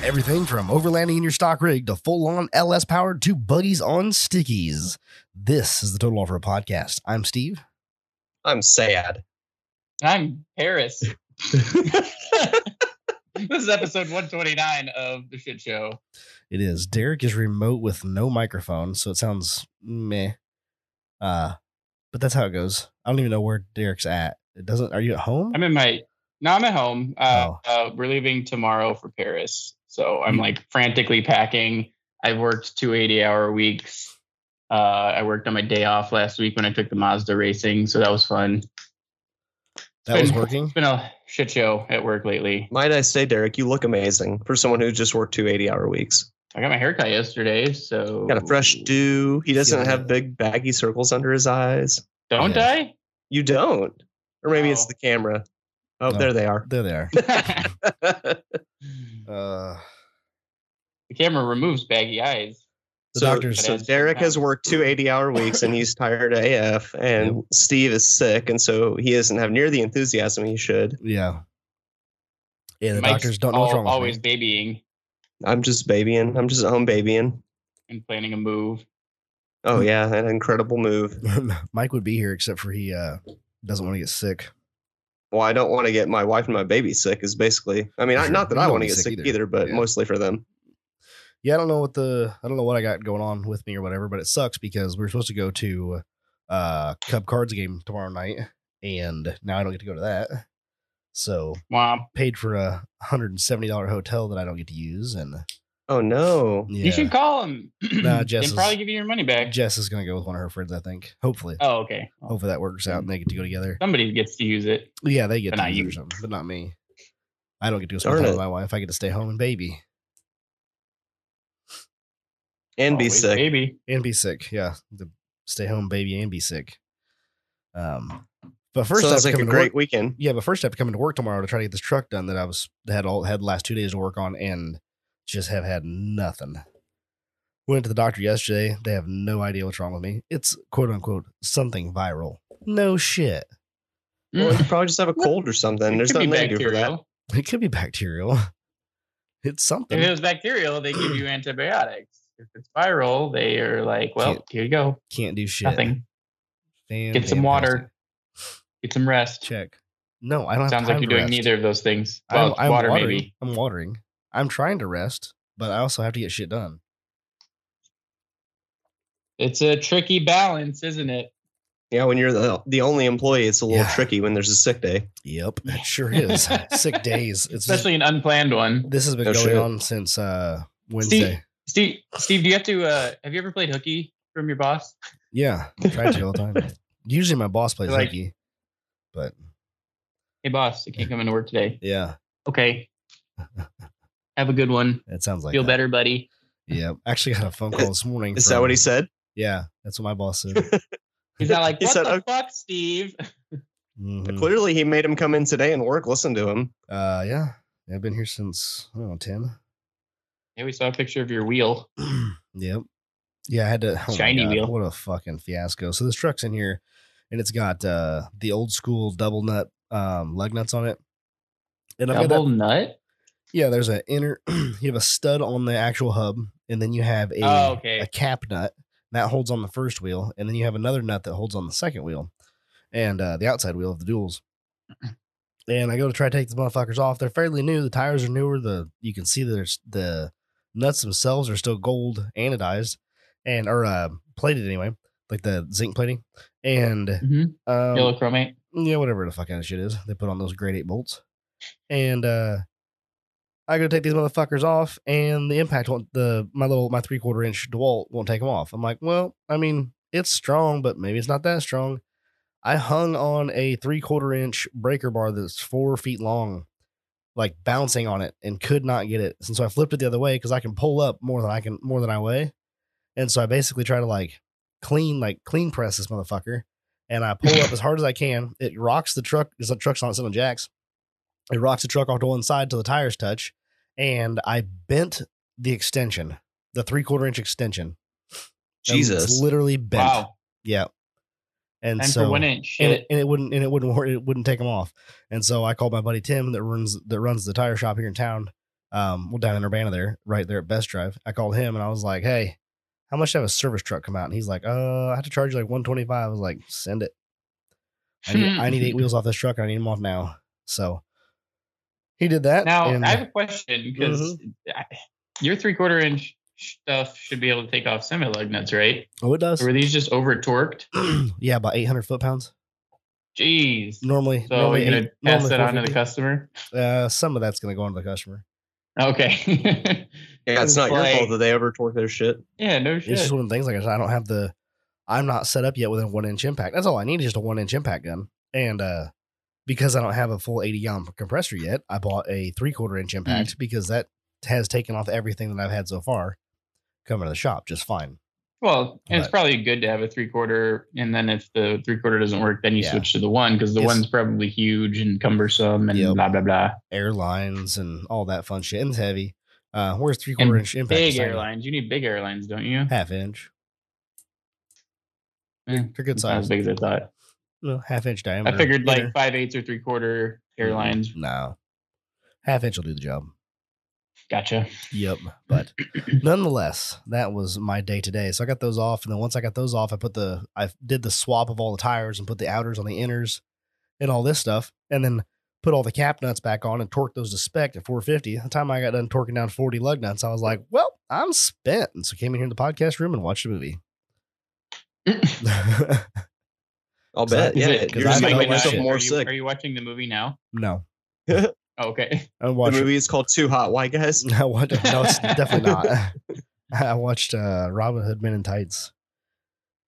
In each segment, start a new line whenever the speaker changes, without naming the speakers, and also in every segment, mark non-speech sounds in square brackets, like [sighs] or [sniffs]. Everything from overlanding in your stock rig to full on LS powered to buggies on stickies. This is the Total Offer Podcast. I'm Steve.
I'm sad.
I'm
[laughs]
Paris. this is episode 129 of the shit show.
It is Derek is remote with no microphone, so it sounds meh. Uh, but that's how it goes. I don't even know where Derek's at. It doesn't. Are you at home?
I'm in my no, I'm at home. Uh,
Oh.
uh, we're leaving tomorrow for Paris, so
Mm.
I'm like frantically packing. I worked two 80 hour weeks. Uh, I worked on my day off last week when I took the Mazda racing, so that was fun.
that was
been-
working.
It's been a shit show at work lately.
Might I say, Derek, you look amazing for someone who just worked two 80 hour weeks.
I got my haircut yesterday, so
Got a fresh do. He doesn't
Yeah.
have big baggy circles under his eyes.
Don't
Yeah.
I?
You don't. Or maybe it's
Oh.
the camera. Oh,
No.
there they are. [laughs]
There they
[laughs]
are. [laughs]
the
Uh,
camera removes baggy eyes.
the
so,
doctors.
so Derek has worked two 80 hour weeks and he's tired AF, and Steve is sick, and so he doesn't have near the enthusiasm he should.
Yeah. Yeah, the
Mike's
doctors don't know what's
al-
wrong. with me.
Always babying
I'm just babying. I'm just at home babying.
and planning a move.
Hmm.
Oh, yeah, an incredible move.
[laughs] Mike would be here except for he uh doesn't want to get sick.
well, I don't want to get my wife and my baby sick is basically, I mean, I,
Sure.
not that
You
I
don't
want
wanna
to get
be
sick,
sick
either,
either.
but
Yeah.
mostly for them.
Yeah, I don't know what the I don't know what I got going on with me or whatever, but it sucks because we were supposed to go to uh Cub Cards game tomorrow night and now I don't get to go to that. So
Womp.
paid for a hundred and seventy dollar hotel that I don't get to use and
Oh no.
yeah.
You should call him. [clears throat]
Nah, Jess
and probably
is-
give you your money back.
Jess is gonna go with one of her friends, I think. Hopefully.
Oh, okay.
Hopefully that works out and they get to go together.
Somebody gets to use it.
Yeah, they get
But
to
not
use it or
you.
something, but not me. I don't get to spend
Darn
time
it.
with my wife. I get to stay home and baby
And be
Always
sick.
Baby.
and be sick. Yeah, the stay home baby and be sick. Um, but first I have
Sounds
to
like
come
a
into
great
work.
weekend.
Yeah, but first I have to come into work tomorrow to try to get this truck done that I was had all had the last two days to work on and just have had nothing. Went to the doctor yesterday. They have no idea what's wrong with me. It's quote unquote something viral. No shit.
Well, you
Mm.
probably just have a cold or something. There's
It could be
nothing they can do for that.
bacterial.
It could be bacterial. [laughs] It's something.
If it was bacterial, they give you
[clears throat]
antibiotics. If it's viral, they are like, well,
Can't-
here you go.
Can't do shit.
Nothing.
Fan-
Get some water.
fantastic.
Get some rest.
Check. No, I don't. have
Sounds like
time
you're
to
doing
rest.
neither of those things.
I'm-
Well,
I'm,
water
watering.
maybe.
I'm watering. I'm trying to rest, but I also have to get shit done.
It's a tricky balance, isn't it?
Yeah, when you're the, the only employee, it's a little
Yeah.
tricky when there's a sick day.
Yep, it sure
[laughs]
is. Sick days. It's just-
Especially an unplanned one.
this has been
No
going
shit.
on since uh Wednesday.
Steve, Steve, do you have to? Uh, have you ever played hooky from your boss?
Yeah, I try to all
[laughs]
the time. Usually my boss plays
Like-
hooky, but
Hey, boss, I can't come into work today.
yeah, [laughs]
Okay. Have a good one.
it sounds like
Feel
that.
better, buddy.
Yeah, actually got a phone call this morning.
Is that what he
from-
said?
Yeah, that's what my boss
[laughs]
said.
He's not like,
He
what
said, "Oh."
the
"Okay."
fuck, Steve?
Mhm.
Clearly, he made him come in today and work. Listen to him.
Uh, yeah, I've been here since I don't know ten. [clears throat]
Yeah, we saw a picture of your wheel.
yep. Yeah, I had to oh my
Shiny
God,
wheel.
What a fucking fiasco. So this truck's in here and it's got uh the old school double nut um lug nuts on it. And I've got
Double
that,
nut?
yeah, there's an inner [clears throat] you have a stud on the actual hub, and then you have a
Oh, okay.
a cap nut that holds on the first wheel, and then you have another nut that holds on the second wheel and uh, the outside wheel of the
[clears throat]
duals. And I go to try to take these motherfuckers off. They're fairly new. The tires are newer. The you can see there's the nuts themselves are still gold anodized and or uh, plated anyway, like the zinc plating. And
hmm
um,
Yellow chromate.
yeah, whatever the fuck kind of shit is. They put on those grade eight bolts. And uh I go take these motherfuckers off and the impact won't the my little my three quarter inch DeWalt won't take them off. I'm like, well, I mean, it's strong, but maybe it's not that strong. I hung on a three quarter inch breaker bar that's four feet long, like bouncing on it and could not get it. And so I flipped it the other way because I can pull up more than I can more than I weigh. And so I basically try to like clean, like clean press this motherfucker and I pull
[laughs]
up as hard as I can. It rocks the truck because the truck's not sitting on jacks. It rocks the truck off to one side till the tires touch, and I bent the extension, the three quarter inch extension. And it's
Jesus.
literally bent.
Wow.
Yeah, and
And
so
for one inch.
and
Shit.
it, and it wouldn't and it wouldn't wor- it wouldn't take them off. And so I called my buddy Tim that runs that runs the tire shop here in town, um, well, down in Urbana there, right there at Best Drive. I called him and I was like, "Hey, how much to have a service truck come out?" And he's like, "Uh, I have to charge you like one twenty five. I was like, "Send it. I need, I need
Hmm.
eight wheels off this truck and I need them off now." So he did that.
[laughs] Now
and-
I have a question because
Mm-hmm.
your three quarter inch stuff should be able to take off semi lug nuts, right?
oh, it does.
Were these just over torqued?
[clears throat] yeah, about eight hundred foot pounds
Jeez.
normally.
So
normally
you're gonna
eight-
pass
normally
that on to the
450.
customer? [laughs]
Uh, some of that's going to go on to the customer.
Okay. [laughs]
Yeah, it's not
Like-
your fault that they over torque their shit.
yeah, no
It's
shit.
just one of the things. Like I said, I don't have the, I'm not set up yet with a one inch impact. That's all I need is just a one inch impact gun. And uh, because I don't have a full 80 ohm compressor yet, I bought a three quarter inch
Hmm.
impact because that has taken off everything that I've had so far coming to the shop just fine.
Well, and it's
But-
probably good to have a three quarter, and then if the three quarter doesn't work, then you
Yeah.
switch to the one because the
It's-
one's probably huge and cumbersome and
Yep.
blah blah blah.
Airlines and all that fun shit. And it's heavy. Uh, where's three quarter
And
inch impact?
Big
is tiny.
airlines, you need big airlines, don't you?
Half inch.
Yeah.
They're good
Not as
size.
big as I thought.
Well, half inch diameter.
I figured
Inner.
like five eighths or three quarter airlines.
No. Half inch will do the job.
Gotcha.
Yep. But nonetheless, that was my day today. So I got those off, and then once I got those off, I put the I did the swap of all the tires and put the outers on the inners and all this stuff, and then put all the cap nuts back on and torqued those to spec at 450. The time I got done torquing down 40 lug nuts, I was like, "Well, I'm spent," and so came in here in the podcast room and watched a movie. [laughs]
[laughs]
I'll
Is that-
bet.
Is
Yeah,
you're
it-
you're
just
just
making
making
that
yourself
shit.
more
are, you,
sick.
are you watching the movie now?
no,
Oh, okay. [laughs]
I
the
watched
movie is called Too Hot. Why, guys?
[laughs] I watched, no,
[laughs]
it's definitely not. [laughs] I watched uh, Robin Hood Men in Tights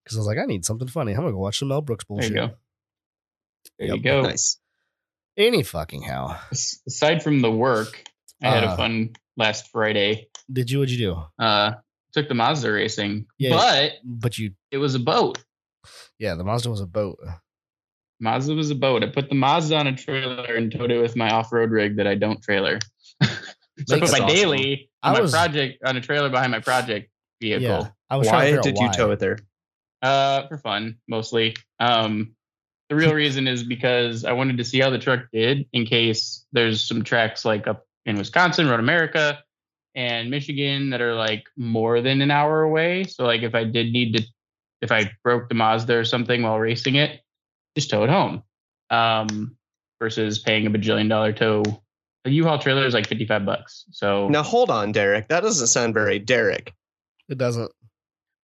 because I was like, I need something funny. I'm gonna go watch some Mel Brooks
There you
bullshit.
go. There
Yep.
you go.
Nice.
Any fucking how.
As- Aside from the work, I had
Uh,
a fun last Friday.
Did you? What'd you do?
Uh, took the Mazda racing,
Yeah.
but
But you,
it was a boat.
yeah, the Mazda was a boat.
Mazda was a boat. I put the Mazda on a trailer and towed it with my off-road rig that I don't trailer. so I put
That's
my
awesome.
daily on
I
my
was-
project on a trailer behind my project vehicle.
Yeah, I was
Why
trying to
did you tow it there?
Uh, for fun, mostly. Um, the real reason is because I wanted to see how the truck did in case there's some tracks like up in Wisconsin, Road America, and Michigan that are like more than an hour away. So like if I did need to, if I broke the Mazda or something while racing it, just tow it home. Um, versus paying a bajillion dollar tow. A U-Haul trailer is like fifty five bucks. So
Now hold on, Derek. That doesn't sound very Derek.
It doesn't.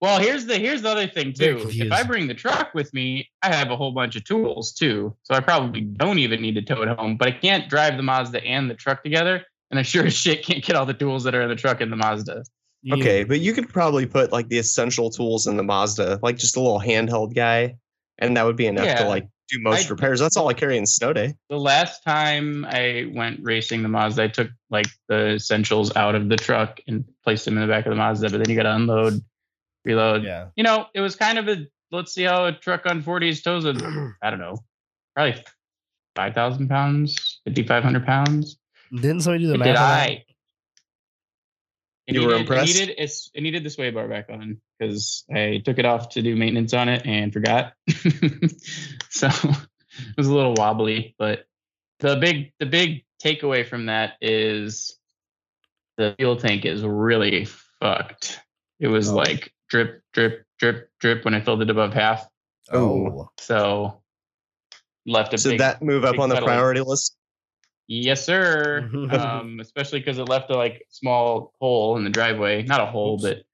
Well, here's the here's the other thing
Very
too.
confused.
If I bring the truck with me, I have a whole bunch of tools too, so I probably don't even need to tow it home. But I can't drive the Mazda and the truck together, and I sure as shit can't get all the tools that are in the truck and the Mazda.
You-
Okay, but you could probably put like the essential tools in the Mazda, like just a little handheld guy, and that would be enough
Yeah.
to like do most
I-
repairs. That's all I carry in snow day.
The last time I went racing the Mazda, I took like the essentials out of the truck and placed them in the back of the Mazda. But then you got to unload, reload.
[clears throat]
Yeah.
You know, it was kind of a let's see how a truck on 40s tows a I don't know, probably five thousand pounds, fifty five hundred pounds.
Didn't somebody do the
Did
math? on that?
I? It
You were
needed-
impressed?
It needed, it's, it needed the sway bar back on because I took it off to do maintenance on it and forgot. [laughs] so it was a little wobbly, but the big the big takeaway from that is the fuel tank is really fucked. It was
Oh.
like drip, drip, drip, drip when I filled it above half.
Oh,
So left a
So
big
that move up
big
on the
pedal.
priority list.
Yes, sir. um, especially because it left a like small hole in the driveway. Not a hole,
Oops.
but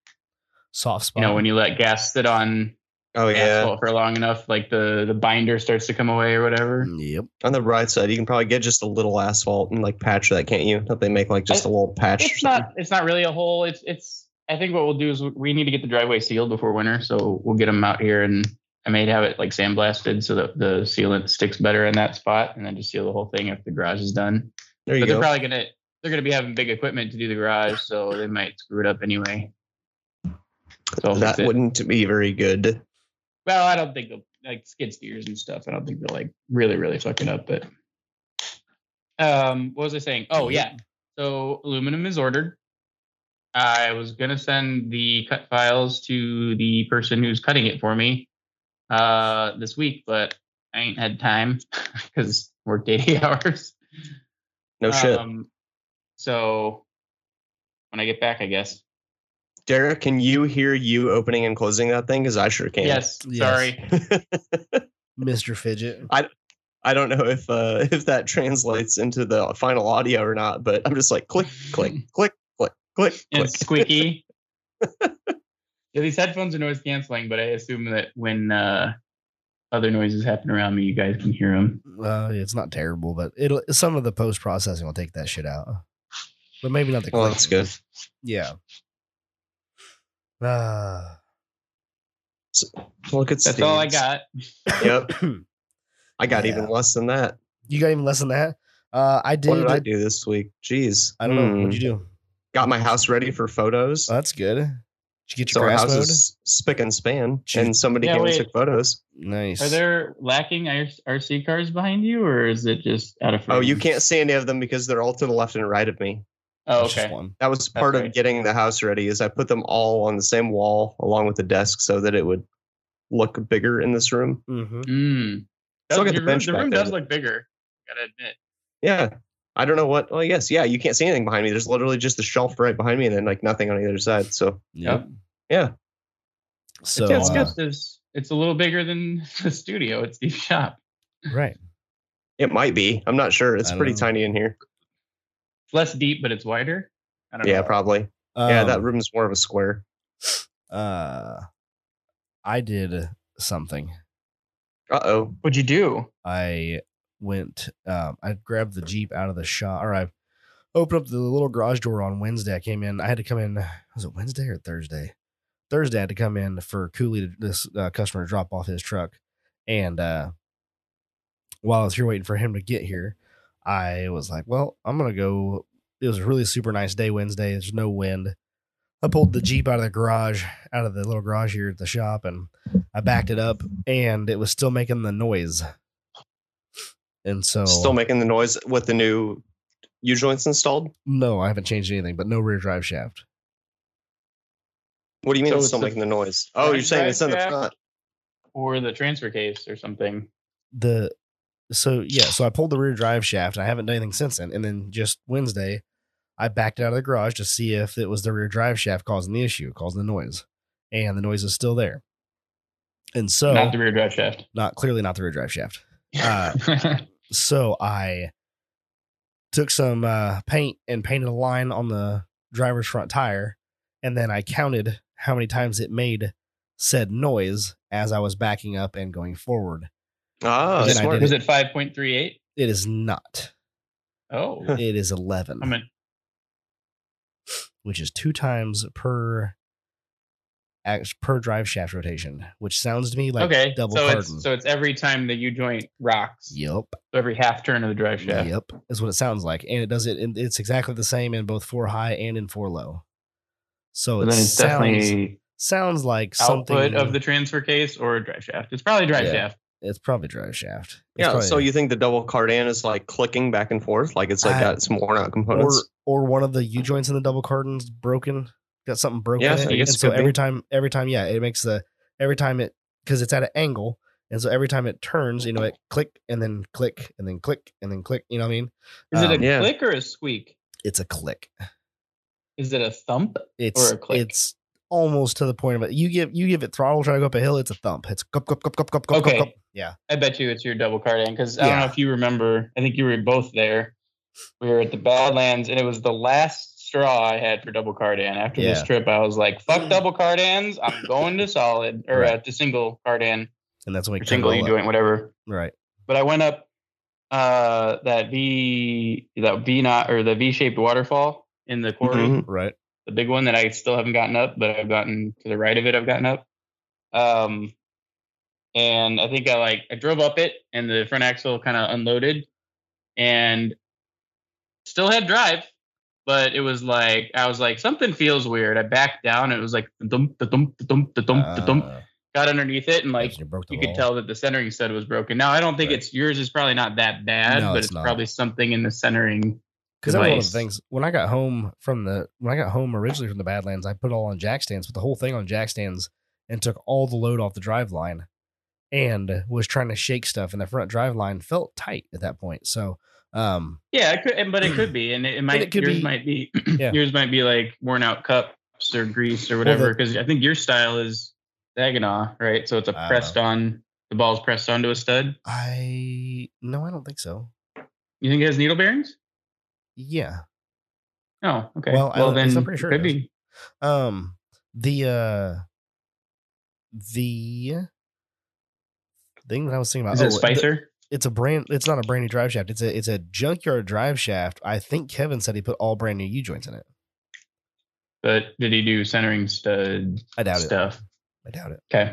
soft spot.
you know when you let gas sit on
Oh yeah,
asphalt for long enough, like the the binder starts to come away or whatever.
Yep.
on the right side, you can probably get just a little asphalt and like patch that, can't you? Don't they make like just a
I-
little patch? or
It's
something?
not. It's not really a hole. It's it's. I think what we'll do is we need to get the driveway sealed before winter, so we'll get them out here and. I may have it like sandblasted so that the sealant sticks better in that spot, and then just seal the whole thing after the garage is done.
There you
But they're
go.
probably gonna they're gonna be having big equipment to do the garage, so they might screw it up anyway. So I'll
that
fix it.
wouldn't be very good.
Well, I don't think they'll like skid steers and stuff. I don't think they'll like really, really fuck it up. But um, what was I saying? Oh yeah. So aluminum is ordered. I was gonna send the cut files to the person who's cutting it for me uh, this week, but I ain't had time [laughs] because worked eighty hours.
No shit.
Um, so when I get back, I guess.
Derek, can you hear you opening and closing that thing? Because I sure can.
Yes. Sorry.
[laughs]
Mr. Fidget.
I I don't know if uh, [laughs] if that translates into the final audio or not, but I'm just like click,
[laughs]
click, click, click, click, click.
And it's [laughs] squeaky. yeah, these headphones are noise canceling, but I assume that when uh, other noises happen around me, you guys can hear them.
Uh, it's not terrible, but it'll some of the post processing will take that shit out. But maybe not the
Well,
click.
Oh, that's good.
Yeah. [clears throat] Uh,
Look at
That's all I
Steve's.
got.
Yep, I got
Yeah.
even less than that.
you got even less than that? Uh, I did.
what did I do this week? Jeez,
I don't know.
Hmm.
What'd you do?
Got my house ready for photos.
Oh, that's good. Did you get
so
your
our
grass
house
mowed?
is spick and span,
Jeez.
and somebody
Yeah,
came
wait.
and took photos.
Nice.
Are there lacking R- RC cars behind you, or is it just out of frame?
Oh, you can't see any of them because they're all to the left and right of me.
Oh,
Just
okay.
one.
That was part of
right.
getting the house ready is I put them all on the same wall along with the desk so that it would look bigger in this room.
Mm-hmm.
Mm.
Still
Does-
got the
your room,
bench
the
back
room
there.
does look bigger. Gotta admit.
Yeah. I don't know what. Well, yes, yeah. You can't see anything behind me. There's literally just the shelf right behind me, and then like nothing on either side. So
Yep.
yeah,
So
Yeah, it's
uh,
good.
It's, it's, it's a little bigger than [laughs] the studio. It's the shop.
right.
it might be. I'm not sure. It's
I don't
pretty
know.
tiny in here.
It's less deep, but it's wider. I don't
Yeah,
know.
probably. yeah,
Um,
that room's more of a square.
uh, I did something.
Uh oh.
What'd you do?
I went. Um, I grabbed the jeep out of the shop, or I opened up the little garage door on Wednesday. I came in. I had to come in. Was it Wednesday or Thursday? Thursday, I had to come in for Cooley to this uh, customer to drop off his truck. And uh, while I was here waiting for him to get here, I was like, "Well, I'm gonna go." It was a really super nice day Wednesday. There's no wind. I pulled the jeep out of the garage, out of the little garage here at the shop, and I backed it up, and it was still making the noise. And so,
Still making the noise with the new U joints installed.
no, I haven't changed anything, but no rear drive shaft.
What do you mean
So
it's
it's
still
the
making the noise? Oh, you're
front
saying it's in the
drive shaft?
front.
Or the transfer case or something.
the so yeah, so I pulled the rear drive shaft and I haven't done anything since then. And then just Wednesday, I backed it out of the garage to see if it was the rear drive shaft causing the issue, causing the noise. And the noise is still there. And so
Not
not,
the rear drive shaft.
clearly not the rear drive shaft.
[laughs]
Uh, So I took some uh, paint and painted a line on the driver's front tire, and then I counted how many times it made said noise as I was backing up and going forward.
Ah,
Then I
smart.
did
Was it 5.38?
It is not. [laughs]
Oh.
It is 11,
I mean,
which is two times per act- per drive shaft rotation, which sounds to me like
okay.
double
so
carding.
it's so it's every time the U joint rocks.
yep,
So every half turn of the drive shaft.
yep, is what it sounds like, and it does it. and It's exactly the same in both four high and in four low. So
So
it
then it's
sounds
definitely
sounds like
output
something
of the transfer case or a drive shaft. It's probably drive
Yeah.
shaft.
It's probably drive shaft. It's
Yeah,
probably-
so you think the double cardan is like clicking back and forth, like it's like
I-
got some worn out
or
components.
or one of the U joints in the double cartons broken, got something broken.
Yeah,
in it.
I guess
and
it
so
could
every
be.
time, every time, yeah, it makes the every time it because it's at an angle, and so every time it turns, you know, it click and then click and then click and then click. You know what I mean?
Is it
Um,
a
yeah.
click or a squeak?
It's a click.
Is it a thump?
It's
Or a click.
it's almost to the point of it. You give you give it throttle, try to go up a hill. It's a thump. It's cup cup cup cup cup cup
Okay.
cup. Yeah,
I bet you it's your double carding because I don't
Yeah.
know if you remember. I think you were both there. We were at the Badlands, and it was the last straw I had for double cardan. After this
Yeah.
trip, I was like, "Fuck double cardans! I'm going to solid or
Right.
uh, to single cardan
and that's when we
or
cut it
single
all
U
up.
joint, whatever."
Right.
But I went up uh, that V that V not or the V shaped waterfall in the quarry
Mhm.
Right.
the big one that I still haven't gotten up, but I've gotten to the right of it. I've gotten up. Um, and I think I like I drove up it, and the front axle kind of unloaded, and still had drive, but it was like I was like something feels weird. I backed down, and it was like dum dum dum dum dum.
Uh,
Got underneath it, and like
you broke the
you could
wall.
tell that the centering stud was broken. Now I don't think
Right.
it's yours is probably not that bad,
No,
but
it's
it's,
not.
probably something in the centering.
Because that was one of the
device.
things when I got home from the when I got home originally from the Badlands, I put it all on jack stands, put the whole thing on jack stands, and took all the load off the drive line, and was trying to shake stuff, and the front drive line felt tight at that point. So Um,
Yeah, it could, and- but it could be, and it, it might
it could
yours
be-
might be [clears throat]
Yeah.
yours might be like worn out cups or grease or
the-
whatever. Because I think your style is Saginaw, right? So it's a
I don't
pressed on. The ball's pressed onto a stud.
I no, I don't think so.
You think it has needle bearings?
Yeah.
No. Okay.
Well,
Well,
I don't-
then
I'm pretty sure it
could
does.
be.
Um, the uh, the thing that I was thinking about
Is it
oh, the-
Spicer?
it's a brand. It's not a brand new drive shaft. It's a it's a junkyard drive shaft. I think Kevin said he put all brand new U joints in it.
but did he do centering stud
I doubt it.
stuff?
I doubt it.
Okay.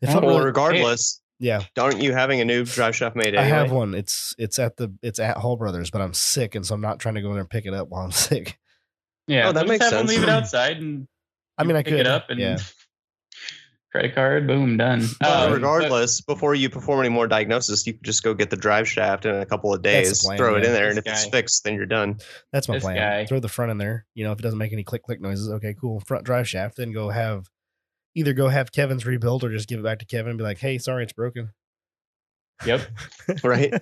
It
Well,
felt
Well,
really-
regardless,
yeah,
aren't you having a new drive shaft made? Anyway?
I have one. It's it's at the it's at Hall Brothers, but I'm sick, and so I'm not trying to go in there and pick it up while I'm [laughs] sick.
Yeah.
Oh, that
so
makes
just have
sense.
Them leave it outside and
I mean, I
pick
could
it up and
yeah.
[laughs] credit card. Boom, done.
Well,
Um,
regardless, before you perform any more diagnosis, you could just go get the drive shaft in a couple of
That's the
days,
plan,
throw it
yeah.
in there, and if
This
it's
guy.
fixed, then you're
[laughs]
done.
That's my
This
plan.
guy.
Throw the front in there. You know, if it doesn't make any click click noises, okay, cool. Front drive shaft. Then go have either go have Kevin's rebuild or just give it back to Kevin and be like, hey, sorry, it's broken. [laughs]
but- Yep.
Right?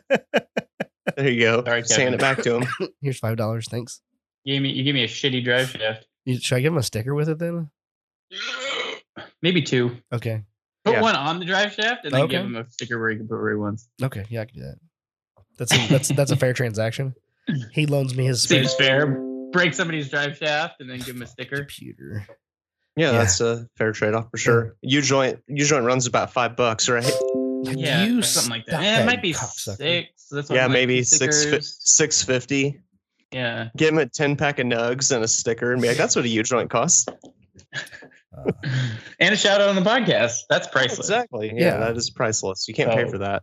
there you go.
All right,
Sand
Kevin.
it back to him.
Here's five dollars. Thanks.
You gave me you gave me a shitty drive shaft.
You- Should I give him a sticker with it then?
Maybe two.
Okay.
Put
Yeah.
one on the drive shaft and then give
Okay.
him a sticker where he can put where he wants.
Okay. Yeah, I can do that. That's a, that's that's a fair transaction. He loans me his spare
Seems fair. Break somebody's drive shaft and then give him a sticker.
computer.
Yeah,
Yeah.
that's a fair trade off for sure. U joint U joint runs about five bucks, right?
Like,
Yeah,
you
or something like
stop
that. Yeah, it might be
cocksucker.
six. That's what
yeah,
I'm like,
maybe six fi-
stickers.
six fifty.
Yeah.
Give him a ten pack of nugs and a sticker, and be like, "That's what a U joint costs."
Uh,
And a shout out on the podcast. That's priceless.
Exactly. Yeah,
Yeah.
that is priceless. You can't pay
So-
for that,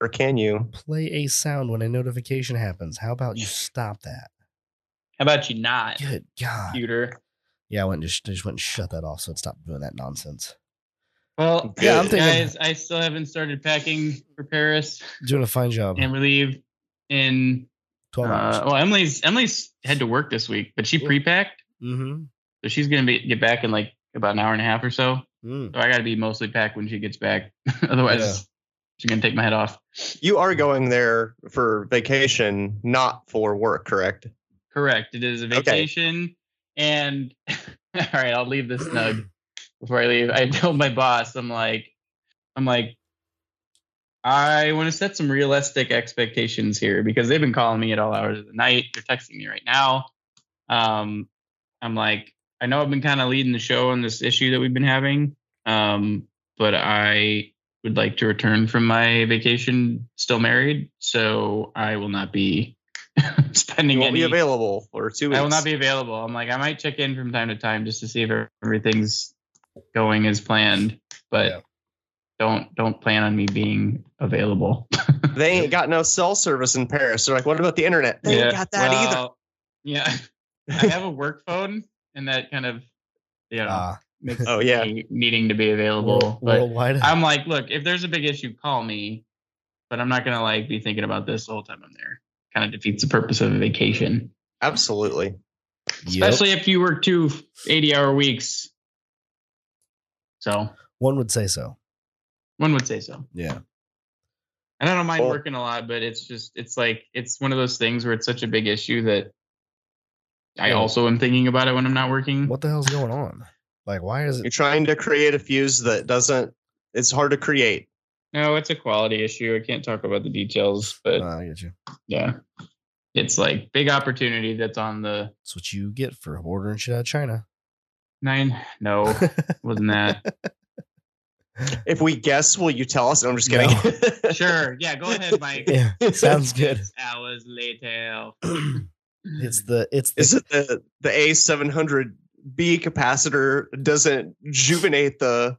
or can you?
play a sound when a notification happens. How about you stop
[laughs]
that?
How about you not,
Good God.
computer?
Yeah, I went and just I just went and shut that off, so it stopped doing that nonsense.
Well,
Yeah, I'm
thinking-
guys, I still haven't started packing for Paris,
Doing a fine job.
and we leave in.
Twelve
Uh,
hours.
well, Emily's Emily's had to work this week, but she
Yeah.
pre-packed,
Mm-hmm.
so she's gonna be get back in like about an hour and a half or so.
Mm.
So I got to be mostly packed when she gets back, [laughs] otherwise
Yeah.
she's gonna take my head off.
You are going there for vacation, not for work, correct?
Correct. It is a
Okay.
vacation. And [laughs] all right, I'll leave this
[clears throat]
snug before I leave. I told my boss, I'm like, I'm like, I want to set some realistic expectations here because they've been calling me at all hours of the night. They're texting me right now. Um, I'm like, I know I've been kind of leading the show on this issue that we've been having, um, but I would like to return from my vacation still married, so I will not be [laughs] spending
You won't
any
be available for two weeks.
I will not be available. I'm like, I might check in from time to time just to see if everything's going as planned, but
Yeah.
don't don't plan on me being available.
They ain't got no cell service in Paris. They're like, what about the internet? They ain't got that either.
well, Yeah,
[laughs]
I have a work phone, and that kind of you know
Ah,
makes
Oh yeah.
me needing to be available.
world-
but
worldwide.
I'm like, look, if there's a big issue, call me. But I'm not gonna like be thinking about this the whole time I'm there. Kind of defeats the purpose of a vacation,
Absolutely.
[laughs] Yep.
especially if you work two 80 hour weeks. So.
One would say so.
One would say so.
Yeah.
And I don't mind
Well-
working a lot, but it's just it's like it's one of those things where it's such a big issue that I
Yeah.
also am thinking about it when I'm not working.
What the hell's going on? Like, why is
[laughs]
You're
it?
trying to create a fuse that doesn't it's hard to create.
No, it's a quality issue. I can't talk about the details, but
Uh, I get you.
yeah. It's like big opportunity that's on the
That's what you get for ordering shit out of China.
nine. No, wasn't that.
If we guess, will you tell us? No, I'm just kidding.
Sure. Yeah, go ahead, Mike.
[laughs] yeah, [clears throat]
[laughs]
sounds good.
Six hours later.
It's the it's the
Is it the the A700B capacitor doesn't juvenate the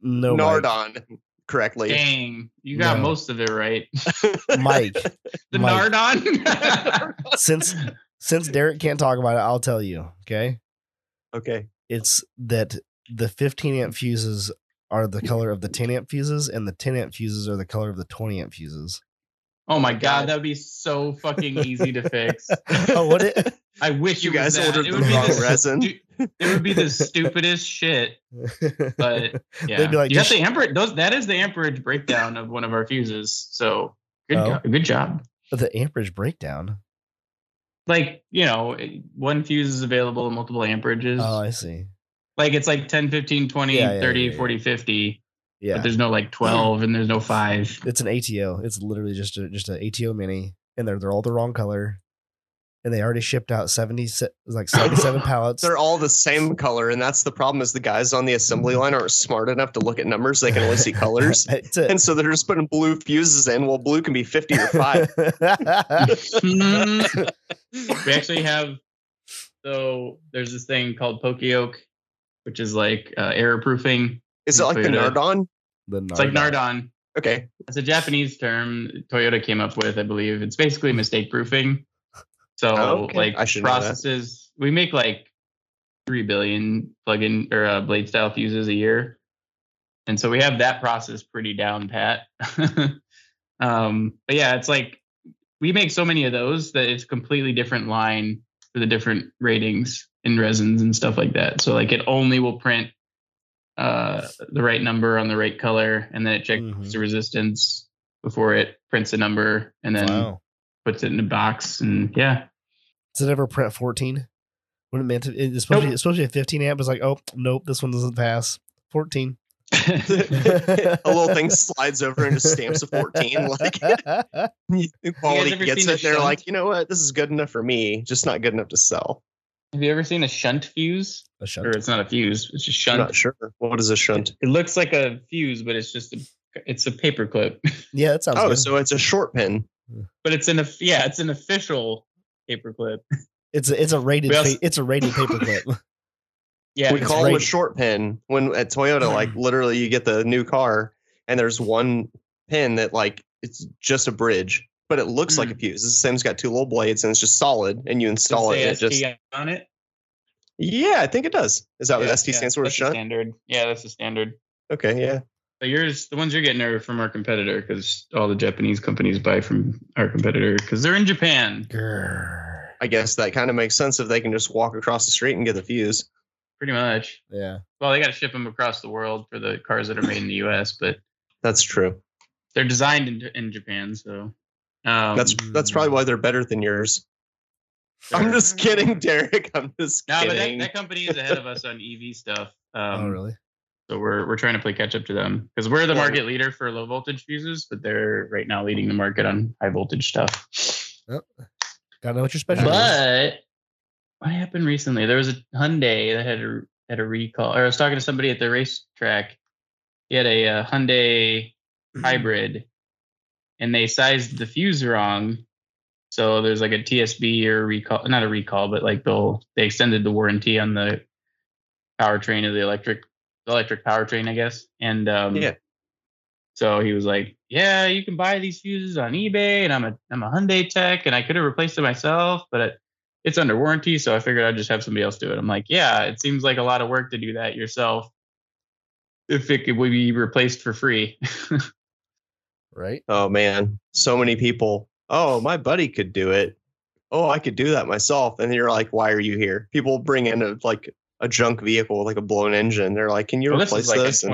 no Mike.
Nardon correctly?
Dang, you got
No.
most of it right.
Mike.
The
Mike.
Nardon.
Since since Derek can't talk about it, I'll tell you. Okay,
[laughs]
Okay.
it's that the 15 amp fuses are the color of the 10 amp fuses, and the 10 amp fuses are the color of the 20 amp
[laughs]
fuses.
[laughs] Oh my
my
god,
God.
that would be so fucking easy to fix.
Oh, what it?
I wish
You
it
guys
was that.
ordered
It
the
would be
wrong
the
resin.
stu- It would be the stupidest shit. But
[laughs]
yeah,
They'd be like,
you got
just,
the amper. Those that is the amperage breakdown of one of our fuses. So good,
Oh.
go- good job.
[laughs] the amperage breakdown.
Like you know, it- one fuse is available in multiple amperages.
Oh, I see.
like it's like 10, 15, 20,
Yeah, yeah,
30,
yeah, yeah.
40, 50. But
Yeah,
there's no like 12 and there's no 5.
it's an ATO. It's literally just a, just an ATO mini, and they're they're all the wrong color, and they already shipped out seventy se- like seventy
[laughs]
seven pallets.
They're all the same color, and that's the problem. Is the guys on the assembly line aren't smart enough to look at numbers; they can only see
[laughs]
colors,
That's it.
and so they're just putting blue fuses in. Well, blue can be fifty
[laughs]
or five.
we actually have so there's this thing called Pokeyoke, which is like uh, error proofing.
Is it like the
Toyota.
Nardon?
The
It's like
Narda.
Nardon.
Okay, [laughs]
It's a Japanese term Toyota came up with, I believe. It's basically mistake proofing. So
Oh, okay.
like
I should know that.
processes, we make like three billion plug-in or uh, blade style fuses a year, and so we have that process pretty down pat. [laughs] um, but yeah, it's like we make so many of those that it's completely different line for the different ratings in resins and stuff like that. So like it only will print uh, the right number on the right color, and then it checks
Mhm.
the resistance before it prints a number and then
Wow.
puts it in a box. And yeah,
Does it ever print fourteen? When it meant to, it's supposed, to be,
Nope.
it's supposed to be a fifteen amp. It's like, oh nope, this one doesn't pass. Fourteen.
a little thing slides over and just stamps
[laughs]
a fourteen. [laughs] Like quality
ever
gets
seen
it.
a
They're
shunt?
like, you know what? This is good enough for me, just not good enough to sell.
have you ever seen a shunt fuse?
a shunt.
Or it's not a fuse; it's just
I'm
shunt.
not sure what is a shunt.
It looks like a fuse, but it's just a it's a paperclip. [laughs]
Yeah, that sounds.
Oh,
good.
so it's a short pin.
but it's an of- yeah, it's an official paperclip.
it's a, it's a rated
We also-
fa- it's a rated
[laughs]
paperclip.
Yeah,
we
it's Mm.
call them a
rated.
short pin when at Toyota, like literally, you get the new car and there's one pin that like it's just a bridge, but it looks
Mm.
like a fuse. It's the same. It's got two little blades and it's just solid, and you
does
install it.
say
and it
ST
just
on it.
yeah, I think it does. Is that
Yeah,
what ST
yeah,
stands for?
that's the
Shunt.
Standard. Yeah, that's the standard.
Okay, yeah.
So yours, the ones you're getting are from our competitor because all the Japanese companies buy from our competitor because they're in Japan,
Grrr.
I guess that kind of makes sense if they can just walk across the street and get the fuse.
pretty much.
Yeah.
Well, they got to ship them across the world for the cars that are made in the U.S., but
That's true.
they're designed in, in Japan, so. Um,
That's that's probably why they're better than yours. I'm just kidding, [laughs] Derek. I'm just
No, but that,
kidding.
that company is ahead of us on EV stuff. Um,
oh, really?
So we're we're trying to play catch up to them because we're the
Yeah.
market leader for low voltage fuses, but they're right now leading the market on high voltage stuff.
Gotta know what your special. is.
But what happened recently? There was a Hyundai that had a had a recall. Or I was talking to somebody at the racetrack. He had a, uh Hyundai hybrid, and they sized the fuse wrong. So there's like a TSB or recall, not a recall, but like they'll they extended the warranty on the powertrain of the electric the electric powertrain, I guess. And um,
Yeah.
So he was like, "Yeah, you can buy these fuses on eBay, and I'm a I'm a Hyundai tech, and I could have replaced it myself, but it, it's under warranty, so I figured I'd just have somebody else do it." I'm like, "Yeah, it seems like a lot of work to do that yourself. If it could be replaced for free,
Right.
Oh man, so many people. Oh, my buddy could do it. Oh, I could do that myself. And you're like, why are you here? People bring in a like a junk vehicle with like a blown engine. They're like,
[laughs]
can you
well, this
replace
is like
this?
a
And-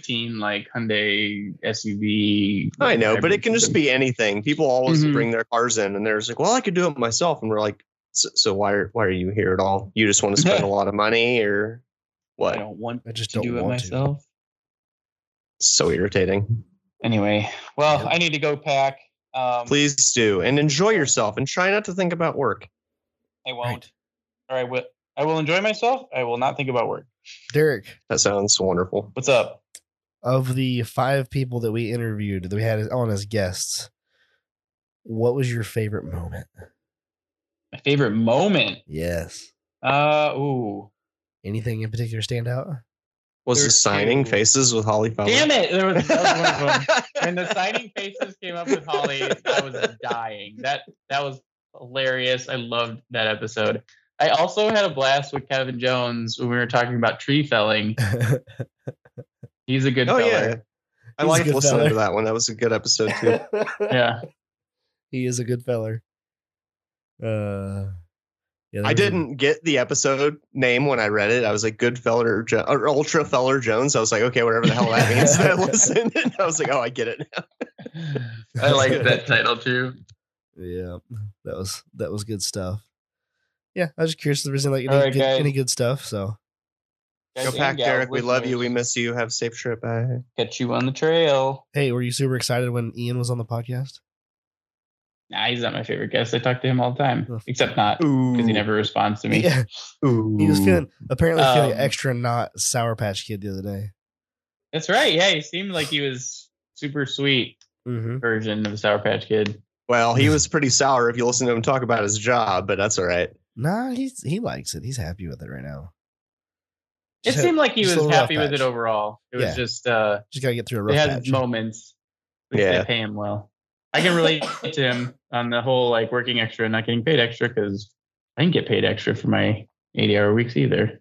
2017 like Hyundai SUV.
I know, but
hybrid
it can just
system.
be anything. People always
Mhm.
bring their cars in, and they're just like, well, I could do it myself. And we're like, so, so why are why are you here at all? You just want to
[laughs]
spend a lot of money or
I
what?
don't want
I just
to
don't
do it
want to.
myself.
So irritating.
Anyway, well,
Yeah.
I need to go pack. Um,
Please do and enjoy yourself and try not to think about work.
I won't. Or I will. I will enjoy myself. I will not think about work.
Derek,
That sounds wonderful.
What's up?
of the five people that we interviewed that we had on as guests, what was your favorite moment?
My favorite moment.
Yes.
Uh, ooh.
Anything in particular stand out? [laughs]
Was the
There's
signing
two.
faces with Holly Fowler?
Damn it! There was, that was one of them. [laughs]
[laughs]
When the signing faces came up with Holly, I was dying. That that was hilarious. I loved that episode. I also had a blast with Kevin Jones when we were talking about tree felling. He's a good
Oh yeah,
feller.
I
He's a
like
good
listening
fella.
to that one. That was a good episode too. [laughs]
Yeah.
[laughs] he is a good feller. Uh, yeah,
I didn't get the episode name when I read it. I was like Good Feller jo- or Ultra Feller Jones. I was like, okay, whatever the hell
[laughs]
that means. [laughs] And I listened, and I was like, oh, I get it.
I like that title too.
Yeah, that was that was good stuff. Yeah, I was just curious if there was any, like
All
any,
right,
good,
guys.
any good stuff. So
Go
and
pack,
gals,
Derek. We love you. We
listeners,
miss you. Have a safe trip. Bye.
catch you on the trail.
hey, were you super excited when Ian was on the podcast?
Nah, he's not my favorite guest. I talk to him all the time, except not
Ooh.
because he never responds to me.
Yeah,
Ooh.
he was feeling apparently feeling
Um,
extra not Sour Patch Kid the other day.
That's right. Yeah, he seemed like he was super sweet
Mm-hmm.
version of the Sour Patch Kid.
Well, he was pretty sour if you listen to him talk about his job, but that's all right.
Nah, he's he likes it. He's happy with it right now.
It
Just had-
seemed like he
just a
was
little rough
happy with
patch.
it overall. It was
Yeah.
just uh,
just gotta get through a rough
it had
patch.
its moments. At least
Yeah.
They pay him well. I can relate to him on the whole like working extra and not getting paid extra because I didn't get paid extra for my eighty-hour weeks either.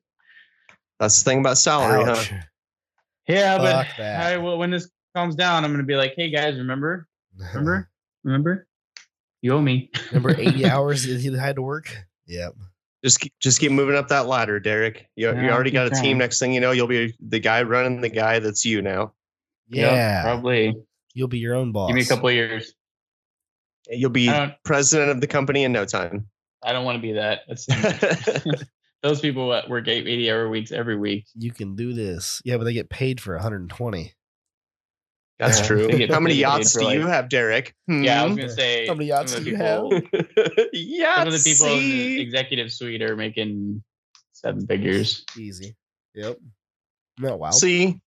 That's the thing about salary,
Ouch.
huh?
[laughs]
Yeah,
Fuck
but
that.
I will, when this calms down, I'm gonna be like, hey guys, remember, remember, remember, you owe me.
Remember
[laughs]
eighty hours that he had to work. Yep.
Just keep, just keep moving up that ladder, Derek. You, you
Yeah,
already got a
keep
team.
trying.
Next thing you know, you'll be the guy running the guy that's you now.
Yeah.
probably.
You'll be your own boss.
Give me a couple years.
You'll be
I don't.
president of the company in no time. [laughs]
I don't want to be that.
[laughs]
That's [laughs] those people that work eight eighty-hour weeks every week.
You can do this. Yeah, but they get paid for 120.
That's
Yeah.
true.
They get
How many
paid
yachts
for,
do
like-
you have, Derek?
Yeah, I was
Hmm?
gonna say
How many yachts
some of
do you
the people-
have?
[laughs] yachts.
Some of the people in the
see?
executive suite are making seven figures.
Easy. Yep. No, wow. [laughs]
See,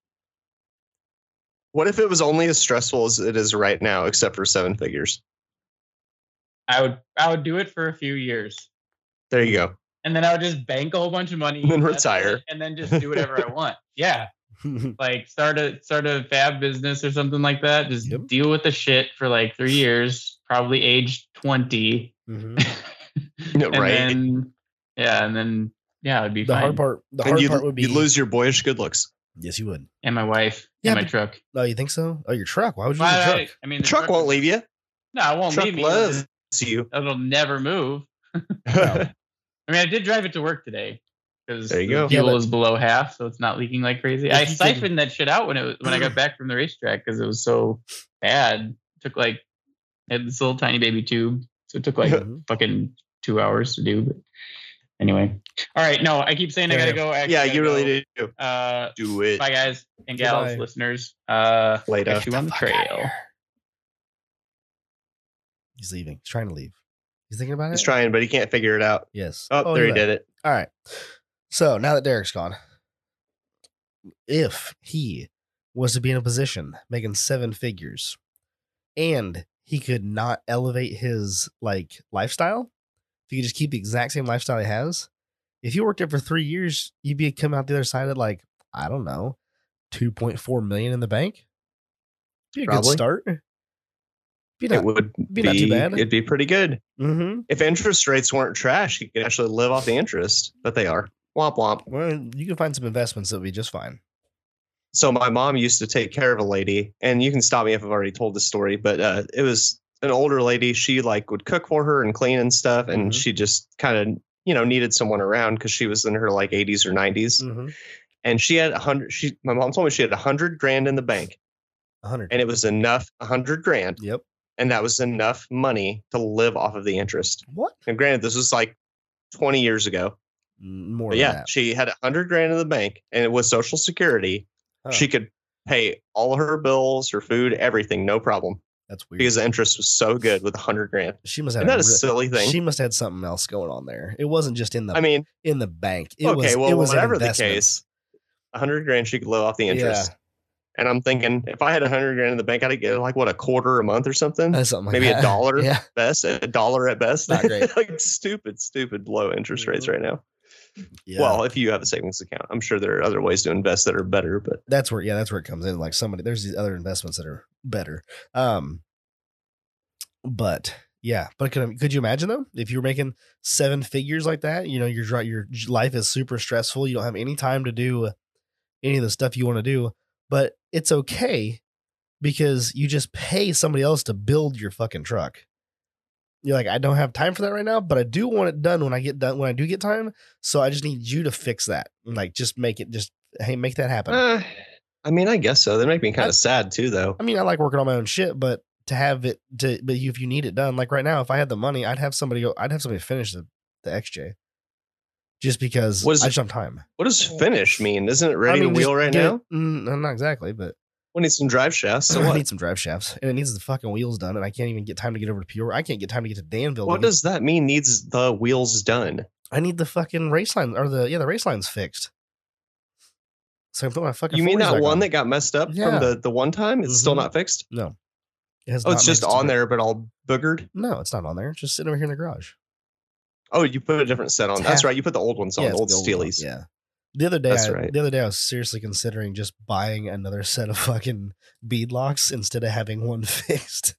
what if it was only as stressful as it is right now, except for seven figures?
I would I would do it for a few years,
There you go.
and then I would just bank a whole bunch of money,
And then
that's it,
retire.
and then just do whatever I want. Yeah, like start a start a fab business or something like that. Just
Yep.
deal with the shit for like three years, probably age twenty,
Mhm.
Yeah,
and
right.
Then, yeah, and then yeah, it'd be
The
fine.
hard part. The
and
hard
you
part would be
you lose your boyish good looks.
Yes, you would.
and my wife
Yeah,
and my
but-
truck.
Oh, you think so? Oh, your truck. Why would you
Well,
lose your
I,
truck?
I mean,
The truck won't leave you.
No, I won't
Truck
leave me.
loves you.
It'll never move.
[laughs] No.
I mean, I did drive it to work today because
There you go.
fuel
Yeah, but-
is below half, so it's not leaking like crazy.
If
I
you can-
siphoned that shit out when it was, when
[laughs]
I got back from the racetrack because it was so bad. It took like I had this little tiny baby tube, so it took like
Mm-hmm.
Mhm.
fucking two hours to do. But anyway, all right. No, I keep saying I
Yeah,
gotta
yeah.
go. I
[laughs]
actually
yeah,
gotta
you really
go.
do.
Uh,
Do it
bye guys and gals,
Goodbye.
listeners. Uh,
later.
catch you on the
Fuck outta
trail.
here. He's leaving. He's trying to leave. He's thinking about it.
He's trying, but he can't figure it out.
Yes.
Oh, there he
left.
did it.
All right. So now that Derek's gone, if he was to be in a position making seven figures and he could not elevate his like lifestyle, if he could just keep the exact same lifestyle he has, if you worked it for three years, you'd be coming out the other side at like, I don't know, 2.4 million in the bank. Be a
Probably.
good start. Be
it
not,
would
be not too bad.
It'd be pretty good
mm-hmm.
if interest rates weren't trash. You could actually live off the interest, but they are. Womp womp.
Well, you can find some investments that would be just fine.
so my mom used to take care of a lady and you can stop me if i've already told the story but uh, it was an older lady she like would cook for her and clean and stuff and
Mhm.
she just kind of you know needed someone around because she was in her like 80s or 90s
Mm-hmm.
and she had a hundred she my mom told me she had a hundred grand in the bank
100.
and it was enough a hundred grand
yep.
and that was enough money to live off of the interest
What?
and granted this was like 20 years ago
Mm, more
but
than
yeah
that.
she had a hundred grand in the bank and it was social security
Huh,
she could pay all her bills, her food, everything, no problem,
that's weird.
because the interest was so good with a hundred grand.
she must have
Isn't that
a
a
re-
silly thing?
she must have had something else going on there. It wasn't just in the
I mean,
in the bank. It
okay,
was,
well,
it was an
whatever the
investment.
case, a hundred grand she could live off the
Yeah.
interest. And I'm thinking, if I had a hundred grand in the bank, I'd get like what a quarter a month or something,
That's something like
Maybe a
that. [laughs]
dollar.
Yeah,
best a dollar at best.
Uh, Not great.
[laughs] like stupid, stupid low interest rates
Mhm.
right now.
yeah.
Well, if you have a savings account, I'm sure there are other ways to invest that are better. But
that's where yeah, that's where it comes in. Like somebody, there's these other investments that are better. Um, but yeah, but could could you imagine though if you were making seven figures like that? You know, your dri- your j- life is super stressful. You don't have any time to do any of the stuff you want to do, but it's okay because you just pay somebody else to build your fucking truck. You're like, I don't have time for that right now, but I do want it done when I get done when I do get time. So I just need you to fix that. Like, just make it, just hey, make that happen.
Eh, Uh, I mean, I guess so. They make me kind
I-
of sad too, though.
I mean, I like working on my own shit, but to have it to but you, if you need it done like right now if i had the money i'd have somebody go i'd have somebody finish the, the xj just because
What is
i
it-
just don't have time
What does finish mean? Isn't it ready
Oh. I mean,
to wheel
just
right
get
now?
it- mm, not exactly but
We need some drive shafts.
[clears throat]
So
i
what?
need some drive shafts and it needs the fucking wheels done and i can't even get time to get over to peoria i can't get time to get to danville to
What
get-
does that mean? Needs the wheels done.
i need the fucking race line or the yeah the race lines fixed so i can put my fucking
You mean
40s
that
back
one
on.
that got messed up
Yeah.
from the the one time? It's still
Mhm.
not fixed.
no It has
Oh,
not
it's
made
just
it to
on
the-
there, but all boogered.
no it's not on there it's just sitting over here in the garage
Oh, you put a different set on. That's
Yeah.
right. You put the old ones on,
Yeah,
the
it's
old
the one,
Steelies.
Yeah. The other day,
That's
I,
right.
the other day, I was seriously considering just buying another set of [laughs] fucking bead locks instead of having one [laughs] fixed.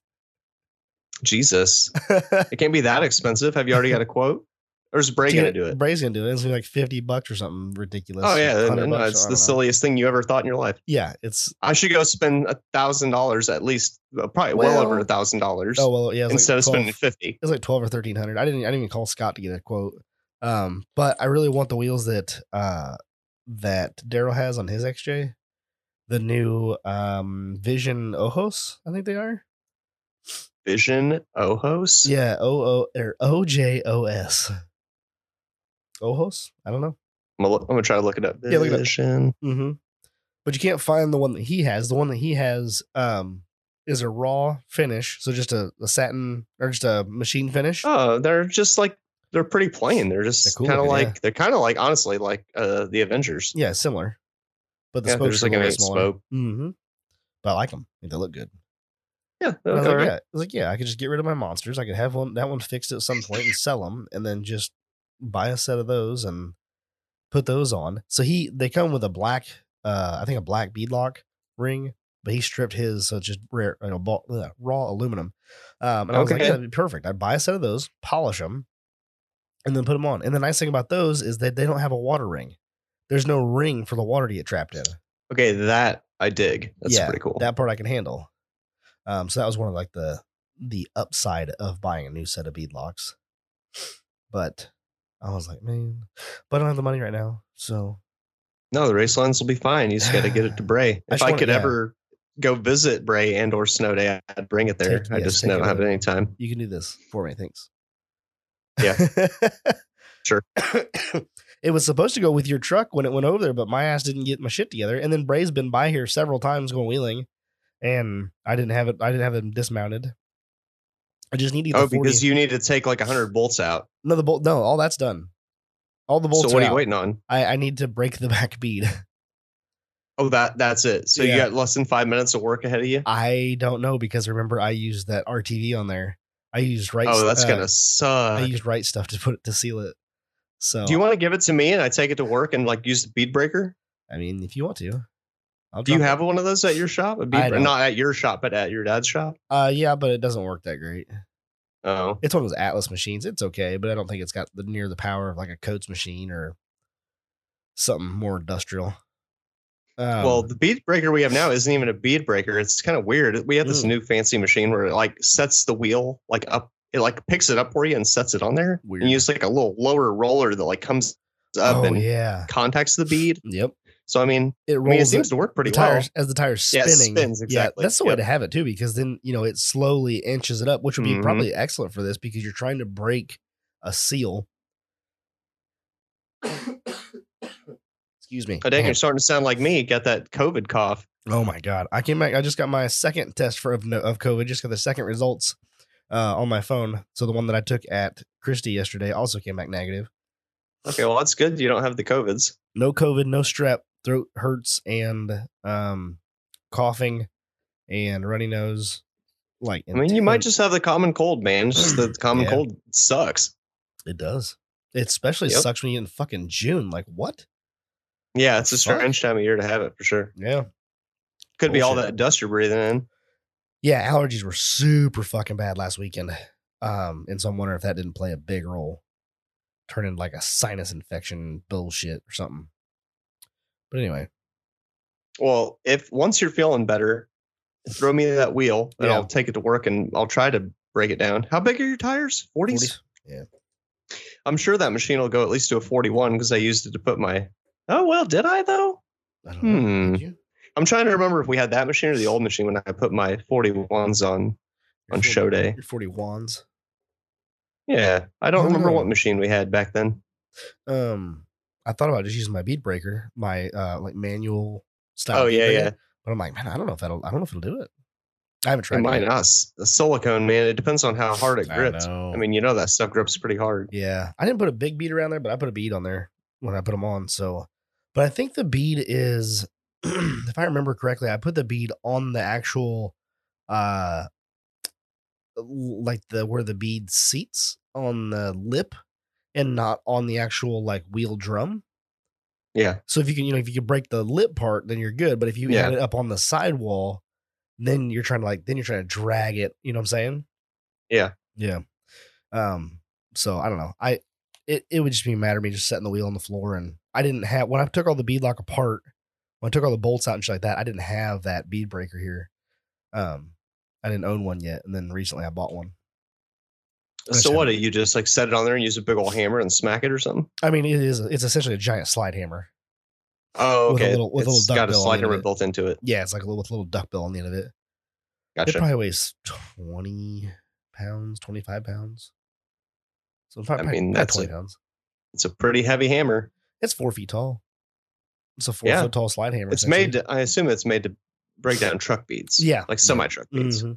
Jesus, it can't
[laughs]
be that expensive. Have you already got a quote? Or is Bray gonna do it?
Bray's gonna do it. It's gonna be like fifty bucks or something ridiculous.
Oh yeah,
100
no,
bucks,
it's
I
the
don't know.
silliest thing you ever thought in your life.
Yeah, it's
I should go spend a thousand dollars at least, uh, probably well,
Well-
over a thousand dollars
oh well, yeah. It's
instead
like
of
12
spending fifty.
it was like twelve or thirteen hundred. I didn't I didn't even call Scott to get a quote. Um, but I really want the wheels that uh that Daryl has on his XJ, the new um Vision Ojos, I think they are.
Vision Ojos.
Yeah, O O or O J O S. Ojos? I don't know.
I'm gonna, look- I'm gonna try to look it up.
Yeah, look it up.
Vision.
Mm-hmm. But you can't find the one that he has. The one that he has um is a raw finish, so just a, a satin or just a machine finish.
Oh, they're just like they're pretty plain. They're just
They're cool
kind of
looking,
like
yeah.
they're kind of like honestly like uh the Avengers.
Yeah, similar. But the
Yeah, they're
spokes
just
are
like
a
an
little
eight
smaller.
spoke.
Mm-hmm. But I like them. They look good.
Yeah,
And I was
they're
like,
alright.
yeah. I was like, yeah, I could just get rid of my monsters. I could have one that one fixed at some point and sell them, and then just buy a set of those and put those on. So he they come with a black, uh, I think a black beadlock ring, but he stripped his so it's just rare, you know, ball, ugh, raw aluminum. Um, and I was like,
Okay.
yeah, that'd be perfect. I'd buy a set of those, polish them, and then put them on. And the nice thing about those is that they don't have a water ring. There's no ring for the water to get trapped in
Okay, that I dig. That's
Yeah,
pretty cool.
that part I can handle. Um, so that was one of like the the upside of buying a new set of beadlocks. But I was like, man, but I don't have the money right now. So
no, the race lines will be fine. You just got to get it to Bray.
[sighs] I
If
just
I
wanna-
could
yeah.
ever go visit Bray and or Snow Day, I'd bring it there.
Take-
I
yeah,
just
take
don't
it
have
over.
any time.
you can do this for me, thanks. [laughs]
Yeah. Sure.
it was supposed to go with your truck when it went over there, but my ass didn't get my shit together. And then Bray's been by here several times going wheeling, and I didn't have it. I didn't have them dismounted. I just need to get
Oh,
the 40.
because you need to take like hundred bolts out.
no the bolt. No, all that's done. All the bolts.
so what are you
out.
waiting on?
I, I need to break the [laughs] back bead.
Oh, that that's it. So
Yeah.
you got less than five minutes of work ahead of you.
I don't know because remember I used that RTV on there. I used right.
oh, that's
uh,
gonna
I
suck.
used right stuff to put it to seal it. So
Do you want to give it to me and I take it to work and like use the bead breaker?
I mean, if you want to, I'll
Do you
drop
have one of those at your shop? A
Uh-huh. I
bead,
don't.
not at your shop, but at your dad's shop.
It. Uh, yeah, but it doesn't work that great.
Oh,
It's one of those Atlas machines. It's okay, but I don't think it's got the near the power of like a Coates machine or something more industrial. Um,
well, the bead breaker we have now isn't even a bead breaker. It's kind of weird. We have this
Mm.
new fancy machine where it like sets the wheel like up. It like picks it up for you and sets it on there.
Weird.
And you use like a little lower roller that like comes up
oh
and
yeah,
contacts the bead.
yep.
So I mean,
It
I mean, it
rolls it
seems to work pretty
the
well.
tires as the tires
Yeah, it
spinning.
spins, exactly.
that's the way
Yep.
to have it too, because then you know it slowly inches it up, which would be
Mhm.
probably excellent for this because you're trying to break a seal. Excuse me.
Oh, dang,
Man.
you're starting to sound like me. Got that COVID cough.
Oh my god! I came back. I just got my second test for of, no- of COVID. Just got the second results uh, on my phone. So the one that I took at Christie yesterday also came back negative.
Okay, well that's good. You don't have the covids.
no COVID, no strep, throat hurts, and um, coughing and runny nose. Like,
I mean, you might
intense.
just have the common cold, man. It's just the common
Yeah.
cold sucks.
it does. It especially
Yep.
sucks when you in fucking June. Like what?
Yeah, it's a
Fuck.
strange time of year to have it for sure.
Yeah,
Could be all
Bullshit.
that dust you're breathing in.
yeah. Allergies were super fucking bad last weekend. Um, and so I'm wondering if that didn't play a big role, turn into like a sinus infection bullshit or something. But anyway,
Well, if once you're feeling better, throw me that wheel and
Yeah.
I'll take it to work and I'll try to break it down. How big are your tires? 40s?
40
I'm sure that machine will go at least to a 41 because I used it to put my. Oh, well, did I though?
I don't know.
Hmm.
Did you?
I'm trying to remember if we had that machine or the old machine when I put my 41s on on show day.
Your 40 wands.
Yeah, I don't
I don't
remember
know.
what machine we had back then.
Um, I thought about just using my bead breaker, my uh like manual style.
Oh,
bead
yeah,
breaker,
yeah.
But I'm like, man, I don't know if that'll. I don't know if it'll do it. I haven't tried
And mine,
yet.
us, the silicone man. It depends on how hard it grips. I,
know.
mean, you know that stuff grips pretty hard.
yeah, I didn't put a big bead around there, but I put a bead on there when I put them on. So, but I think the bead is, [clears throat] if I remember correctly, I put the bead on the actual, uh, like the where the bead seats on the lip, and not on the actual like wheel drum.
Yeah,
So if you can, you know, if you can break the lip part, then you're good. But if you
Yeah.
had it up on the sidewall, then you're trying to like, then you're trying to drag it. You know what I'm saying?
Yeah.
Yeah. Um. So I don't know. I it it would just be a matter of me just setting the wheel on the floor, and I didn't have when I took all the bead lock apart, when I took all the bolts out and shit like that. I didn't have that bead breaker here. Um, I didn't own one yet, and then recently I bought one. That's
so
how-
what do you just like set it on there and use a big old hammer and smack it or something?
I mean, it is it's essentially a giant slide hammer.
Oh,
With a
okay.
little- with a
it's
little
got a
duckbill on
slide
the end of
hammer
it.
built into it.
Yeah, it's like a little with a little duck bill on the end of it. It
Gotcha.
probably weighs 20 pounds, 25 pounds. So probably,
I mean,
probably
that's
20
a-
pounds.
It's a pretty heavy hammer.
It's four feet tall. It's a four
Yeah.
foot tall slide hammer.
It's made. To, I assume it's made to break down truck beats.
Yeah.
like semi truck beats.
hmm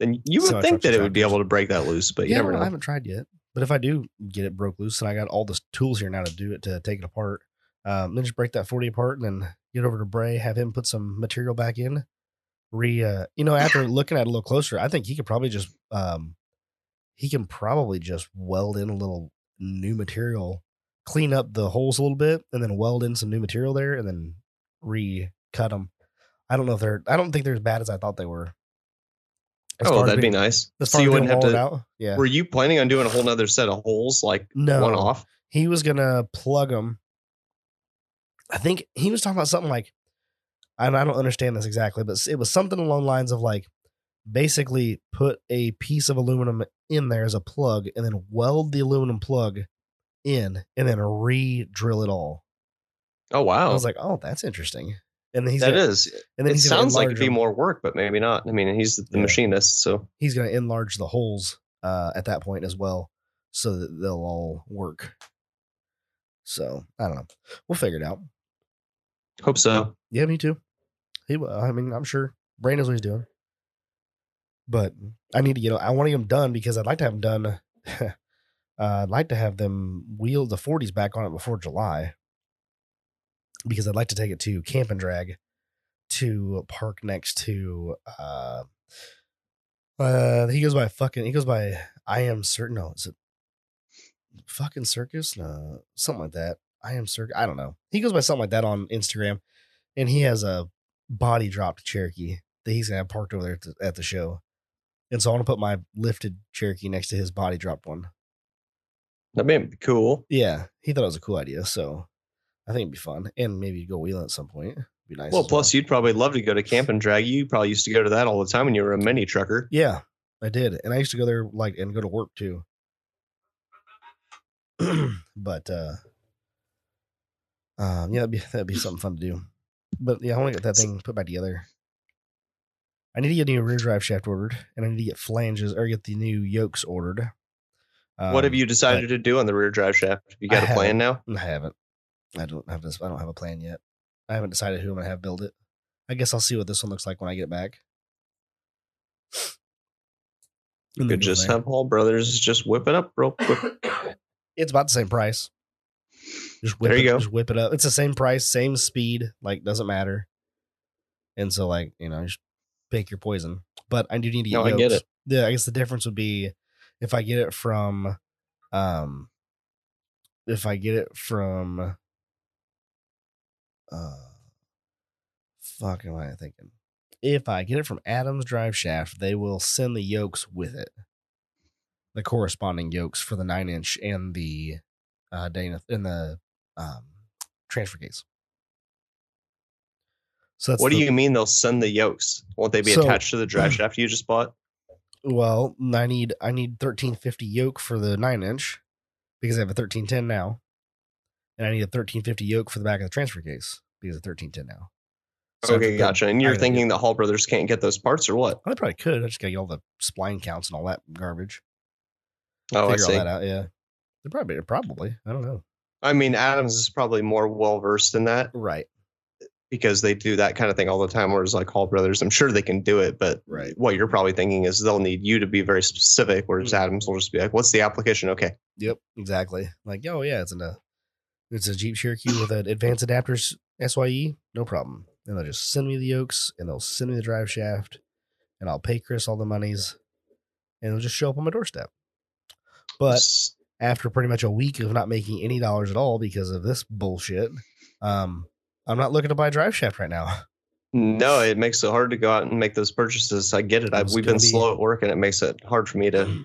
Then you would think
Semi-trucks
that
and
it would be
tractors.
able to break that loose, but you
Yeah,
never
well, I
know.
haven't tried yet. But if I do get it broke loose and I got all the tools here now to do it, to take it apart, um, then just break that 40 apart and then get over to Bray, have him put some material back in. Re, uh, you know, after looking at it a little closer, I think he could probably just, um, he can probably just weld in a little new material, clean up the holes a little bit, and then weld in some new material there, and then recut them. I don't know if they're. I don't think they're as bad as I thought they were. As far
Oh,
as
that'd be
being-
nice.
As far
So you
as being
wouldn't have
walled
to.
out. Yeah.
Were you planning on doing a whole nother set of holes, like
No.
one off?
he was gonna plug them. I think he was talking about something like, and I don't understand this exactly, but it was something along the lines of like, basically put a piece of aluminum in there as a plug, and then weld the aluminum plug in, and then re-drill it all.
Oh wow,
I was like, oh, that's interesting. And then he's
that
gonna,
is.
And then
it
he's gonna
sounds like
enlarge
it'd be
'em.
more work, but maybe not. I mean, he's the
Yeah.
machinist, so
He's gonna enlarge the holes uh, at that point as well, so that they'll all work. So I don't know. We'll figure it out.
hope so.
Yeah, me too. He, will. I mean, I'm sure Brain knows what he's doing. But I need to get. I want to get them done because I'd like to have them done. [laughs] uh, I'd like to have them wheel the 40s back on it before July because I'd like to take it to Camp and Drag to a park next to. Uh, uh, he goes by fucking. He goes by. I am certain. No, is it fucking circus? No, something like that. I am circus. I don't know. He goes by something like that on Instagram and he has a body dropped Cherokee that he's gonna have parked over there at the, at the show. And so I want to put my lifted Cherokee next to his body dropped one.
That'd be cool.
Yeah, he thought it was a cool idea, so I think it'd be fun, and maybe go wheeling at some point. Be nice.
Well,
as
plus you'd probably love to go to camp and drag. You probably used to go to that all the time when you were a mini trucker.
yeah, I did, and I used to go there like and go to work too. [clears throat] but uh, um, yeah, that'd be [laughs] that'd be something fun to do. But yeah, I want to get that thing put back together. I need to get a new rear drive shaft ordered, and I need to get flanges or get the new yokes ordered.
what have
Um,
you decided to do on the rear drive shaft? You got
I
a plan now?
I haven't. I don't have this. I don't have a plan yet. I haven't decided who I'm gonna have build it. I guess I'll see what this one looks like when I get back. [sniffs]
You
And then
could
go
just
from
have Hall Brothers just whip it up real quick.
there. It's about the same price. Just whip
There
it,
you go.
Just whip it up. It's the same price, same speed. Like doesn't matter. And so, like you know, just pick your poison. But I do need to get.
No, I get
yolks.
it.
Yeah, I guess the difference would be if I get it from, um, if I get it from, uh, fuck, am I thinking? If I get it from Adams Drive Shaft, they will send the yokes with it, the corresponding yokes for the nine inch and the, uh, Dana and the, um, transfer case. So [laughs] that's
What do
the-
you mean they'll send the yokes? Won't they be
So-
attached to the drive shaft you
[clears throat]
just bought?
Well, I need I need thirteen fifty yoke for the nine inch because I have a thirteen ten now, and I need a thirteen fifty yoke for the back of the transfer case because of thirteen ten now. So
okay,
the-
gotcha. And
I
you're
gotta
thinking the Hall brothers can't get those parts or what?
I probably could. I just gotta get all the spline counts and all that garbage.
Oh, I
Figure
see.
all that out. Yeah, They're probably probably. I don't know.
I mean, Adams is probably more well versed in that
Right.
because they do that kind of thing all the time. Whereas like Hall brothers, I'm sure they can do it, but
Right.
what you're probably thinking is they'll need you to be very specific. Whereas
Mhm.
Adams will just be like, "What's the application?" Okay,
Yep. Exactly. Like, oh yeah, it's in a it's a Jeep Cherokee with [sighs] an advanced adapters SYE. No problem. And they'll just send me the yokes and they'll send me the drive shaft, and I'll pay Chris all the monies, and it'll just show up on my doorstep. But
S-
after pretty much a week of not making any dollars at all because of this bullshit, um, I'm not looking to buy a drive shaft right now.
no, it makes it hard to go out and make those purchases. I get it. I,
It's
we've been
gonna be- Mm.
slow at work, and it makes it hard for me to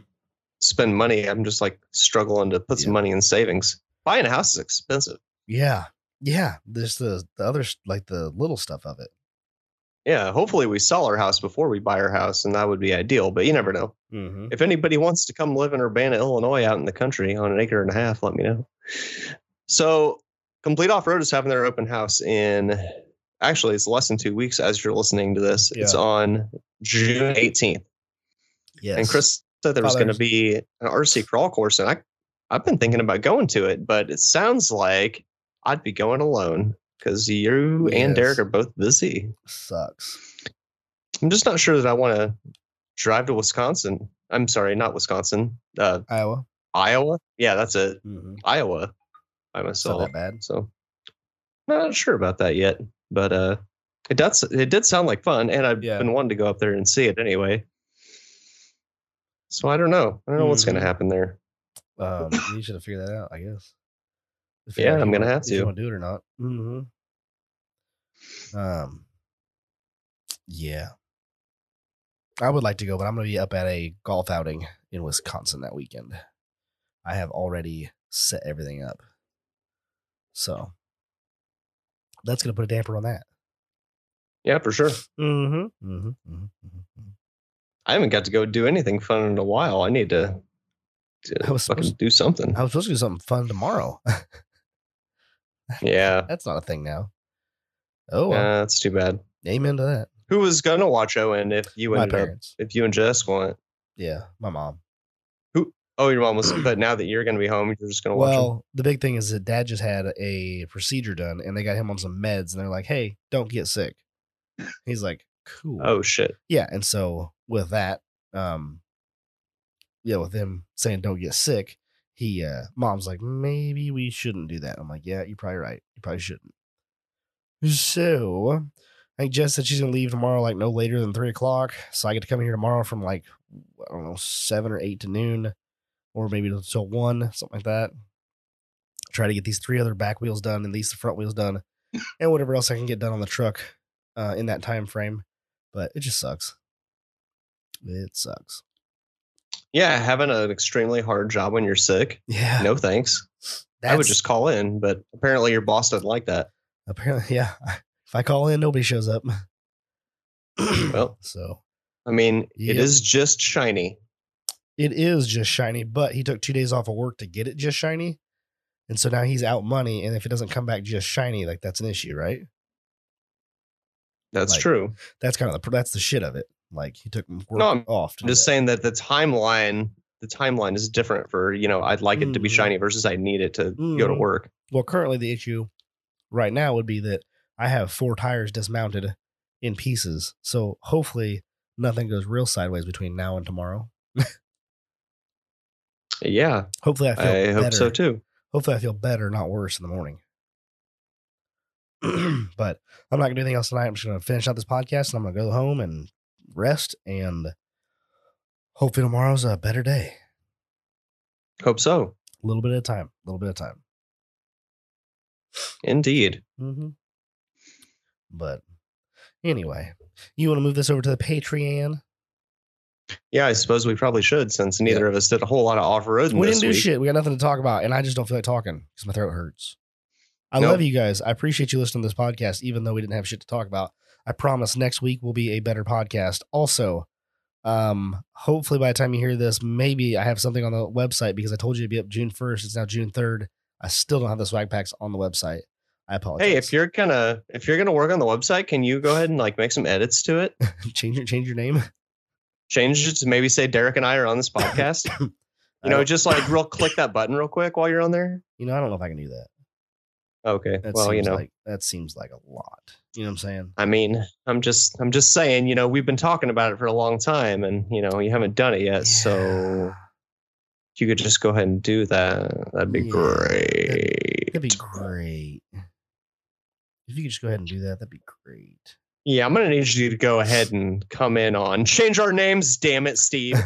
spend money. I'm just like struggling to put some
Yeah.
money in savings. Buying a house is expensive.
Yeah. Yeah. There's the the other s- like the little stuff of it.
Yeah, hopefully we sell our house before we buy our house, and that would be ideal. But you never know.
Mm-hmm.
If anybody wants to come live in Urbana, Illinois, out in the country on an acre and a half, let me know. So, Complete Off Road is having their open house in actually, it's less than two weeks as you're listening to this. It's
Yeah.
on June 18th.
Yes.
And Chris said there was going to
Fathers.
be an RC crawl course, and I, I've been thinking about going to it, but it sounds like I'd be going alone because you
Yes.
and Derek are both busy.
sucks.
I'm just not sure that I want to drive to Wisconsin. I'm sorry, not Wisconsin. Uh,
Iowa.
Iowa. Yeah, that's it.
Mm-hmm.
Iowa by
It's not
myself.
that bad.
So not sure about that yet, but uh it does it did sound like fun and I've
Yeah.
been wanting to go up there and see it anyway. So I don't know. I don't know what's going to
Mhm.
happen there.
Um, you should have figured that out, I guess. If
Yeah,
if
I'm gonna
wanna-
have
if You
to.
want to do it or not? Mm-hmm. Um. Yeah. I would like to go, but I'm going to be up at a golf outing in Wisconsin that weekend. I have already set everything up, so that's going to put a damper on that.
Yeah, for sure.
Mm-hmm. Mm-hmm. mm-hmm, mm-hmm.
I haven't got to go do anything fun in a while. I need to, to
I was
fucking
supposed-
do something.
I was supposed to do something fun tomorrow.
yeah.
that's not a thing now. Oh, well.
Uh, that's too bad.
amen to that.
Who was going to watch Owen if you
my
ended up
parents.
if you and Jess went?
Yeah, my mom.
Oh, your mom was but now that you're going to be home, you're just going to watch him.
Well, the big thing is that dad just had a procedure done and they got him on some meds and they're like, hey, don't get sick. He's like, cool.
Oh shit.
Yeah. And so with that, um, yeah, with him saying don't get sick, he, uh, mom's like, maybe we shouldn't do that. I'm like, yeah, you're probably right. You probably shouldn't. So I think Jess said she's going to leave tomorrow, like no later than three o'clock. So I get to come here tomorrow from like, I don't know, seven or eight to noon or maybe until one, something like that. Try to get these three other back wheels done and these front wheels done and whatever else I can get done on the truck uh, in that time frame. But it just sucks. It sucks.
Yeah, having an extremely hard job when you're sick.
[sighs] Yeah.
No thanks.
That's,
I would just call in, but apparently your boss doesn't like that.
[laughs] apparently yeah. If I call in, nobody shows up.
[clears throat] Well.
[clears throat] so
I mean,
Yep.
it is just shiny.
it is just shiny, but he took two days off of work to get it just shiny. And so now he's out money. And if it doesn't come back just shiny, like that's an issue, right?
That's
Like,
true.
That's kind of the that's the shit of it. Like he took work
No, I'm
off. To
I'm
do
just
that.
saying that the timeline, the timeline is different for you know. I'd like it to be
Mhm.
shiny versus I need it to go to
Mhm.
work.
Well, currently the issue right now would be that I have four tires dismounted in pieces. So hopefully nothing goes real sideways between now and tomorrow.
Yeah,
Hopefully I feel
I
better.
hope so too.
Hopefully I feel better, not worse in the morning. [clears throat] but I'm not gonna do anything else tonight. I'm just gonna finish out this podcast and I'm gonna go home and rest and hopefully tomorrow's a better day.
Hope so.
A little bit at a time. A little bit at a time.
Indeed.
Mm-hmm. But anyway, you want to move this over to the Patreon?
Yeah, I suppose we probably should since neither of us did a whole lot of off road.
We
this
didn't do
week.
shit. We got nothing to talk about, and I just don't feel like talking because my throat hurts. I
Nope.
love you guys. I appreciate you listening to this podcast, even though we didn't have shit to talk about. I promise next week will be a better podcast. Also, um, hopefully by the time you hear this, maybe I have something on the website because I told you it'd be up June first. It's now June third. I still don't have the swag packs on the website. I apologize.
Hey, if you're gonna if you're gonna work on the website, can you go ahead and like make some edits to it?
[laughs] change your change your name.
Change it to maybe say Derek and I are on this
[coughs]
podcast.
I
You know,
don't-
just like real click that button real quick while you're on there.
you know, I don't know if I can do that.
Okay.
That
well,
seems
you know,
like that seems like a lot. You know what I'm saying?
I mean, I'm just I'm just saying, you know, we've been talking about it for a long time and you know, you haven't done it yet. So
Yeah.
if you could just go ahead and do that. That'd be
Yeah,
great.
that'd be great. If you could just go ahead and do that, that'd be great.
Yeah, I'm gonna need you to go ahead and come in on change our names, damn it,
[laughs]
Steve.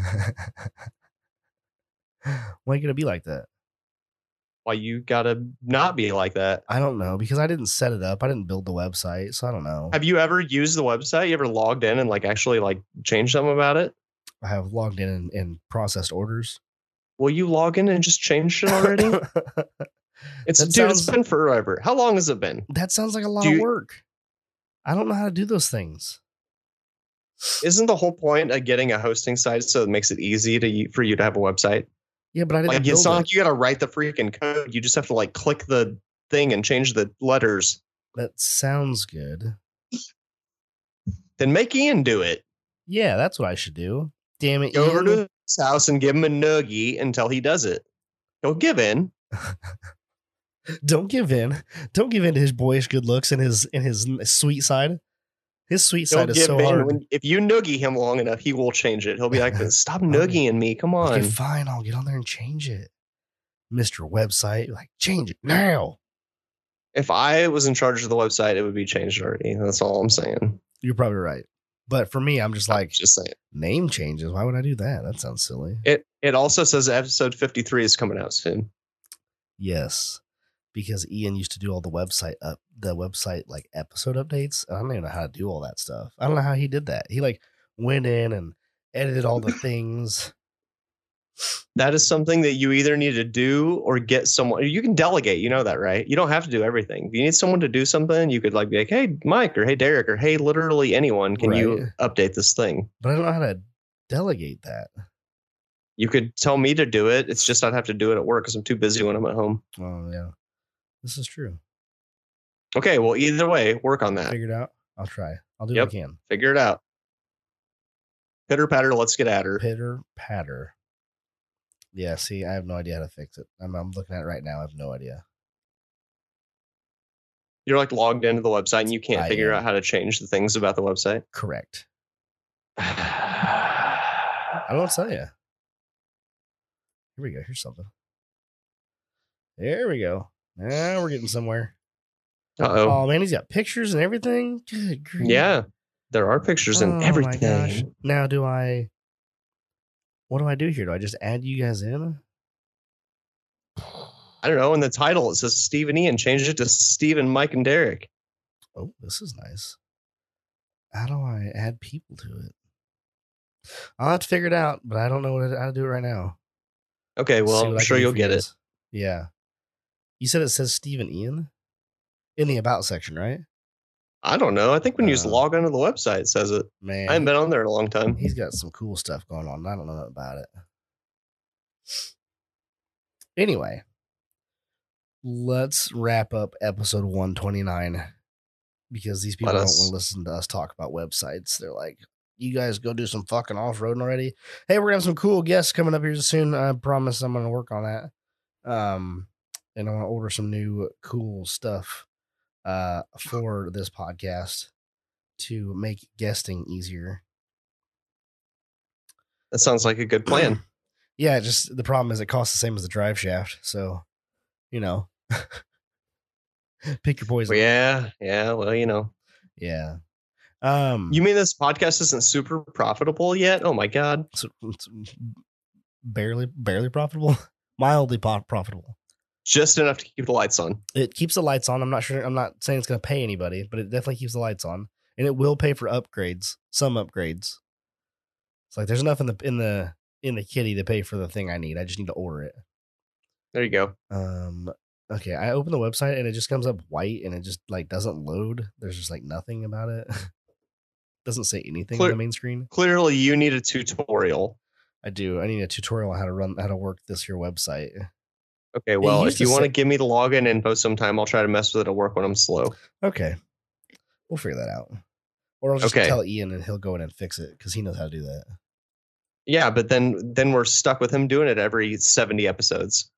Why are you gonna be like that?
Why you gotta not be like that.
I don't know because I didn't set it up. I didn't build the website, so I don't know.
Have you ever used the website? You ever logged in and like actually like changed something about it?
I have logged in and, and processed orders.
Will you log in and just change it already? It's
That
dude,
sounds-
it's been forever. How long has
[laughs]
it been?
[laughs] that sounds like a lot
Do
of
you-
work. I don't know how to do those things.
Isn't the whole point of getting a hosting site so it makes it easy to you- for you to have a website?
Yeah, but I didn't
Like
build
it's not
it.
like you got to write the freaking code. You just have to like click the thing and change the letters.
That sounds good.
Then make Ian do it.
Yeah, that's what I should do. Damn it!
Go over
Ian.
to his house and give him a noogie until he does it. Don't give in.
don't give in. Don't give in to his boyish good looks and his and his n- sweet side. His sweet
Don't
side is
give
so
in.
hard.
When- if you noogie him long enough, he will change it. He'll
[laughs]
be like, "Stop noogieing me! Come on."
Okay, fine. I'll get on there and change it. Mr. Website, like change it now.
if I was in charge of the website, it would be changed already. That's all I'm saying.
You're probably right. But for me, I'm just like
Just saying.
name changes. Why would I do that? That sounds silly.
It it also says episode 53 is coming out soon.
Yes, because Ian used to do all the website up the website like episode updates. I don't even know how to do all that stuff. I don't know how he did that. He like went in and edited
[laughs]
all the things.
That is something that you either need to do or get someone. You can delegate. You know that, right? You don't have to do everything. If you need someone to do something, you could like be like, "Hey, Mike," or "Hey, Derek," or "Hey, literally anyone. Can you update this thing?"
But I don't know how to delegate that.
You could tell me to do it. It's just I'd have to do it at work because I'm too busy when I'm at home.
Oh yeah, this is true.
Okay, well, either way, work on that.
Figured out. I'll try. I'll do
Yep.
what I can.
Figure it out. Pitter patter, let's get at her.
Pitter patter. Yeah. See, I have no idea how to fix it. I'm, I'm looking at it right now. I have no idea.
You're like logged into the website and you can't
I
figure
am.
out how to change the things about the website.
Correct. I don't tell you. Here we go. Here's something. There we go. Now we're getting somewhere.
Uh
Oh,
oh.
man, he's got pictures and everything. Good grief.
Yeah. There are pictures
Hmm. Oh,
in
my
everything.
gosh. Now do I? What do I do here? Do I just add you guys in?
I don't know. In the title, it says Steve and Ian. Change it to Steve and Mike and Derek.
Oh, this is nice. How do I add people to it? I'll have to figure it out, but I don't know what how to do it right now.
Okay.
See
Well,
what
I'm
I can
sure
do
you'll
for you
get it.
guys. Yeah. You said it says Steve and Ian in the about section, right?
I don't know. I think when you just
Uh,
log onto the website, it says it.
Man,
I haven't been on there in a long time.
he's got some cool stuff going on. I don't know about it. Anyway, let's wrap up episode 129 because these people
Let
don't want
us-
to listen to us talk about websites. They're like, you guys go do some fucking off roading already. Hey, we're gonna have some cool guests coming up here soon. I promise I'm gonna work on that. Um, and I want to order some new cool stuff uh for this podcast to make guesting easier.
That sounds like a
[clears throat]
good plan.
Um, Yeah, just the problem is it costs the same as the drive shaft. So, you know, [laughs] pick your poison.
yeah. Yeah. Well, you know.
Yeah. Um,
You mean this podcast isn't super profitable yet? Oh, my God.
it's, it's barely, barely profitable, [laughs] mildly po- profitable.
Just enough to keep the lights on.
It keeps the lights on. I'm not sure. I'm not saying it's going to pay anybody, but it definitely keeps the lights on, and it will pay for upgrades, some upgrades. It's like there's enough in the in the in the kitty to pay for the thing I need. I just need to order it.
There you go.
Um okay, I open the website and it just comes up white and it just like doesn't load. There's just like nothing about it. [laughs] doesn't say anything on
Clear-
the main screen.
Clearly, you need a tutorial.
I do. I need a tutorial on how to run how to work this here website.
Okay, well,
used
if
to
you want to
say-
give me the login info sometime, I'll try to mess with it at work when I'm slow.
Okay. We'll figure that out. Or I'll just
Okay.
tell Ian and he'll go in and fix it because he knows how to do that. [laughs]
Yeah, but then then we're stuck with him doing it every 70 episodes.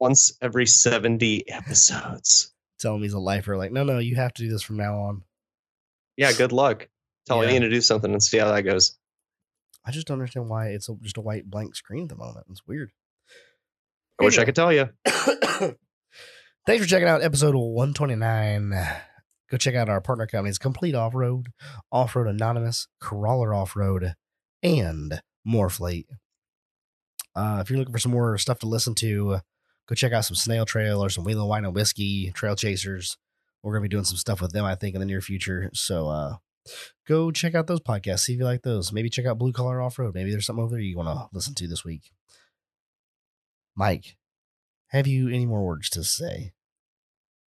Once every 70 episodes.
Tell him he's a lifer. Like, no, no, you have to do this from now on.
Yeah, good luck. Tell
Yeah.
Ian to do something and see how that goes.
I just don't understand why it's a, just a white blank screen at the moment. It's weird.
I wish I could tell you.
[coughs] Thanks for checking out episode 129. Go check out our partner companies Complete Off Road, Off Road Anonymous, Crawler Off Road, and Morphlate. Uh, if you're looking for some more stuff to listen to, go check out some Snail Trail or some Wheel of Wine and Whiskey, Trail Chasers. We're going to be doing some stuff with them, I think, in the near future. So uh, go check out those podcasts. See if you like those. Maybe check out Blue Collar Off Road. Maybe there's something over there you want to listen to this week. Mike, have you any more words to say?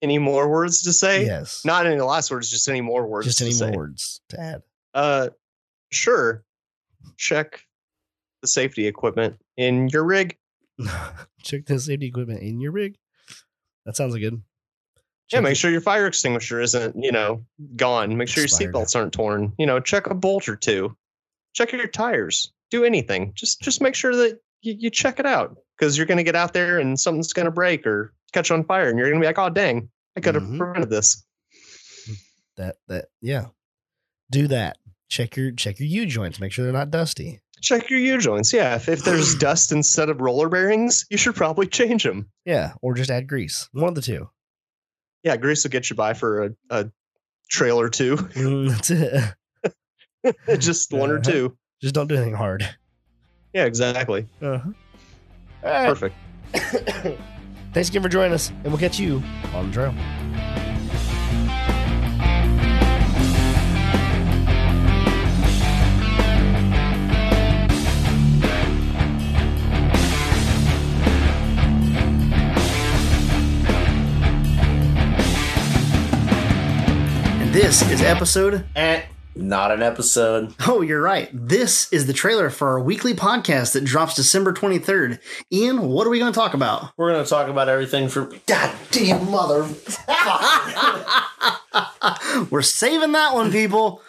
Any more words to say?
yes.
Not any last words, just any more words.
just
to
any
say.
more words to
[laughs]
add.
Uh, sure. Check the safety equipment in your rig.
Check the safety equipment in your rig. That sounds good.
Yeah,
Check
make
it-
sure your fire extinguisher isn't, you know, gone. Make sure your
Expired.
seatbelts aren't torn. You know, check a bolt or two. Check your tires. Do anything. Just just make sure that you, you check it out because you're going to get out there and something's going to break or catch on fire, and you're going to be like, oh dang, I could have
Mhm.
prevented this.
that that yeah. Do that. Check your check your U joints. Make sure they're not dusty.
Check your U joints. Yeah, if, if there's
[clears throat]
dust instead of roller bearings, you should probably change them.
Yeah, or just add grease. One of the two.
Yeah, grease will get you by for a, a trail or two, [laughs]
Mm, [laughs] That's it.
just one or
Uh-huh.
two.
Just don't do anything hard.
Yeah, exactly.
Uh-huh. All right.
Perfect.
[coughs] Thanks again for joining us, and we'll catch you on the trail. And This is episode.
Eh, not an episode.
[laughs] Oh, you're right. This is the trailer for our weekly podcast that drops December 23rd. Ian, what are we going to talk about?
We're going to talk about everything from.
God [laughs] damn mother. We're saving that one, people.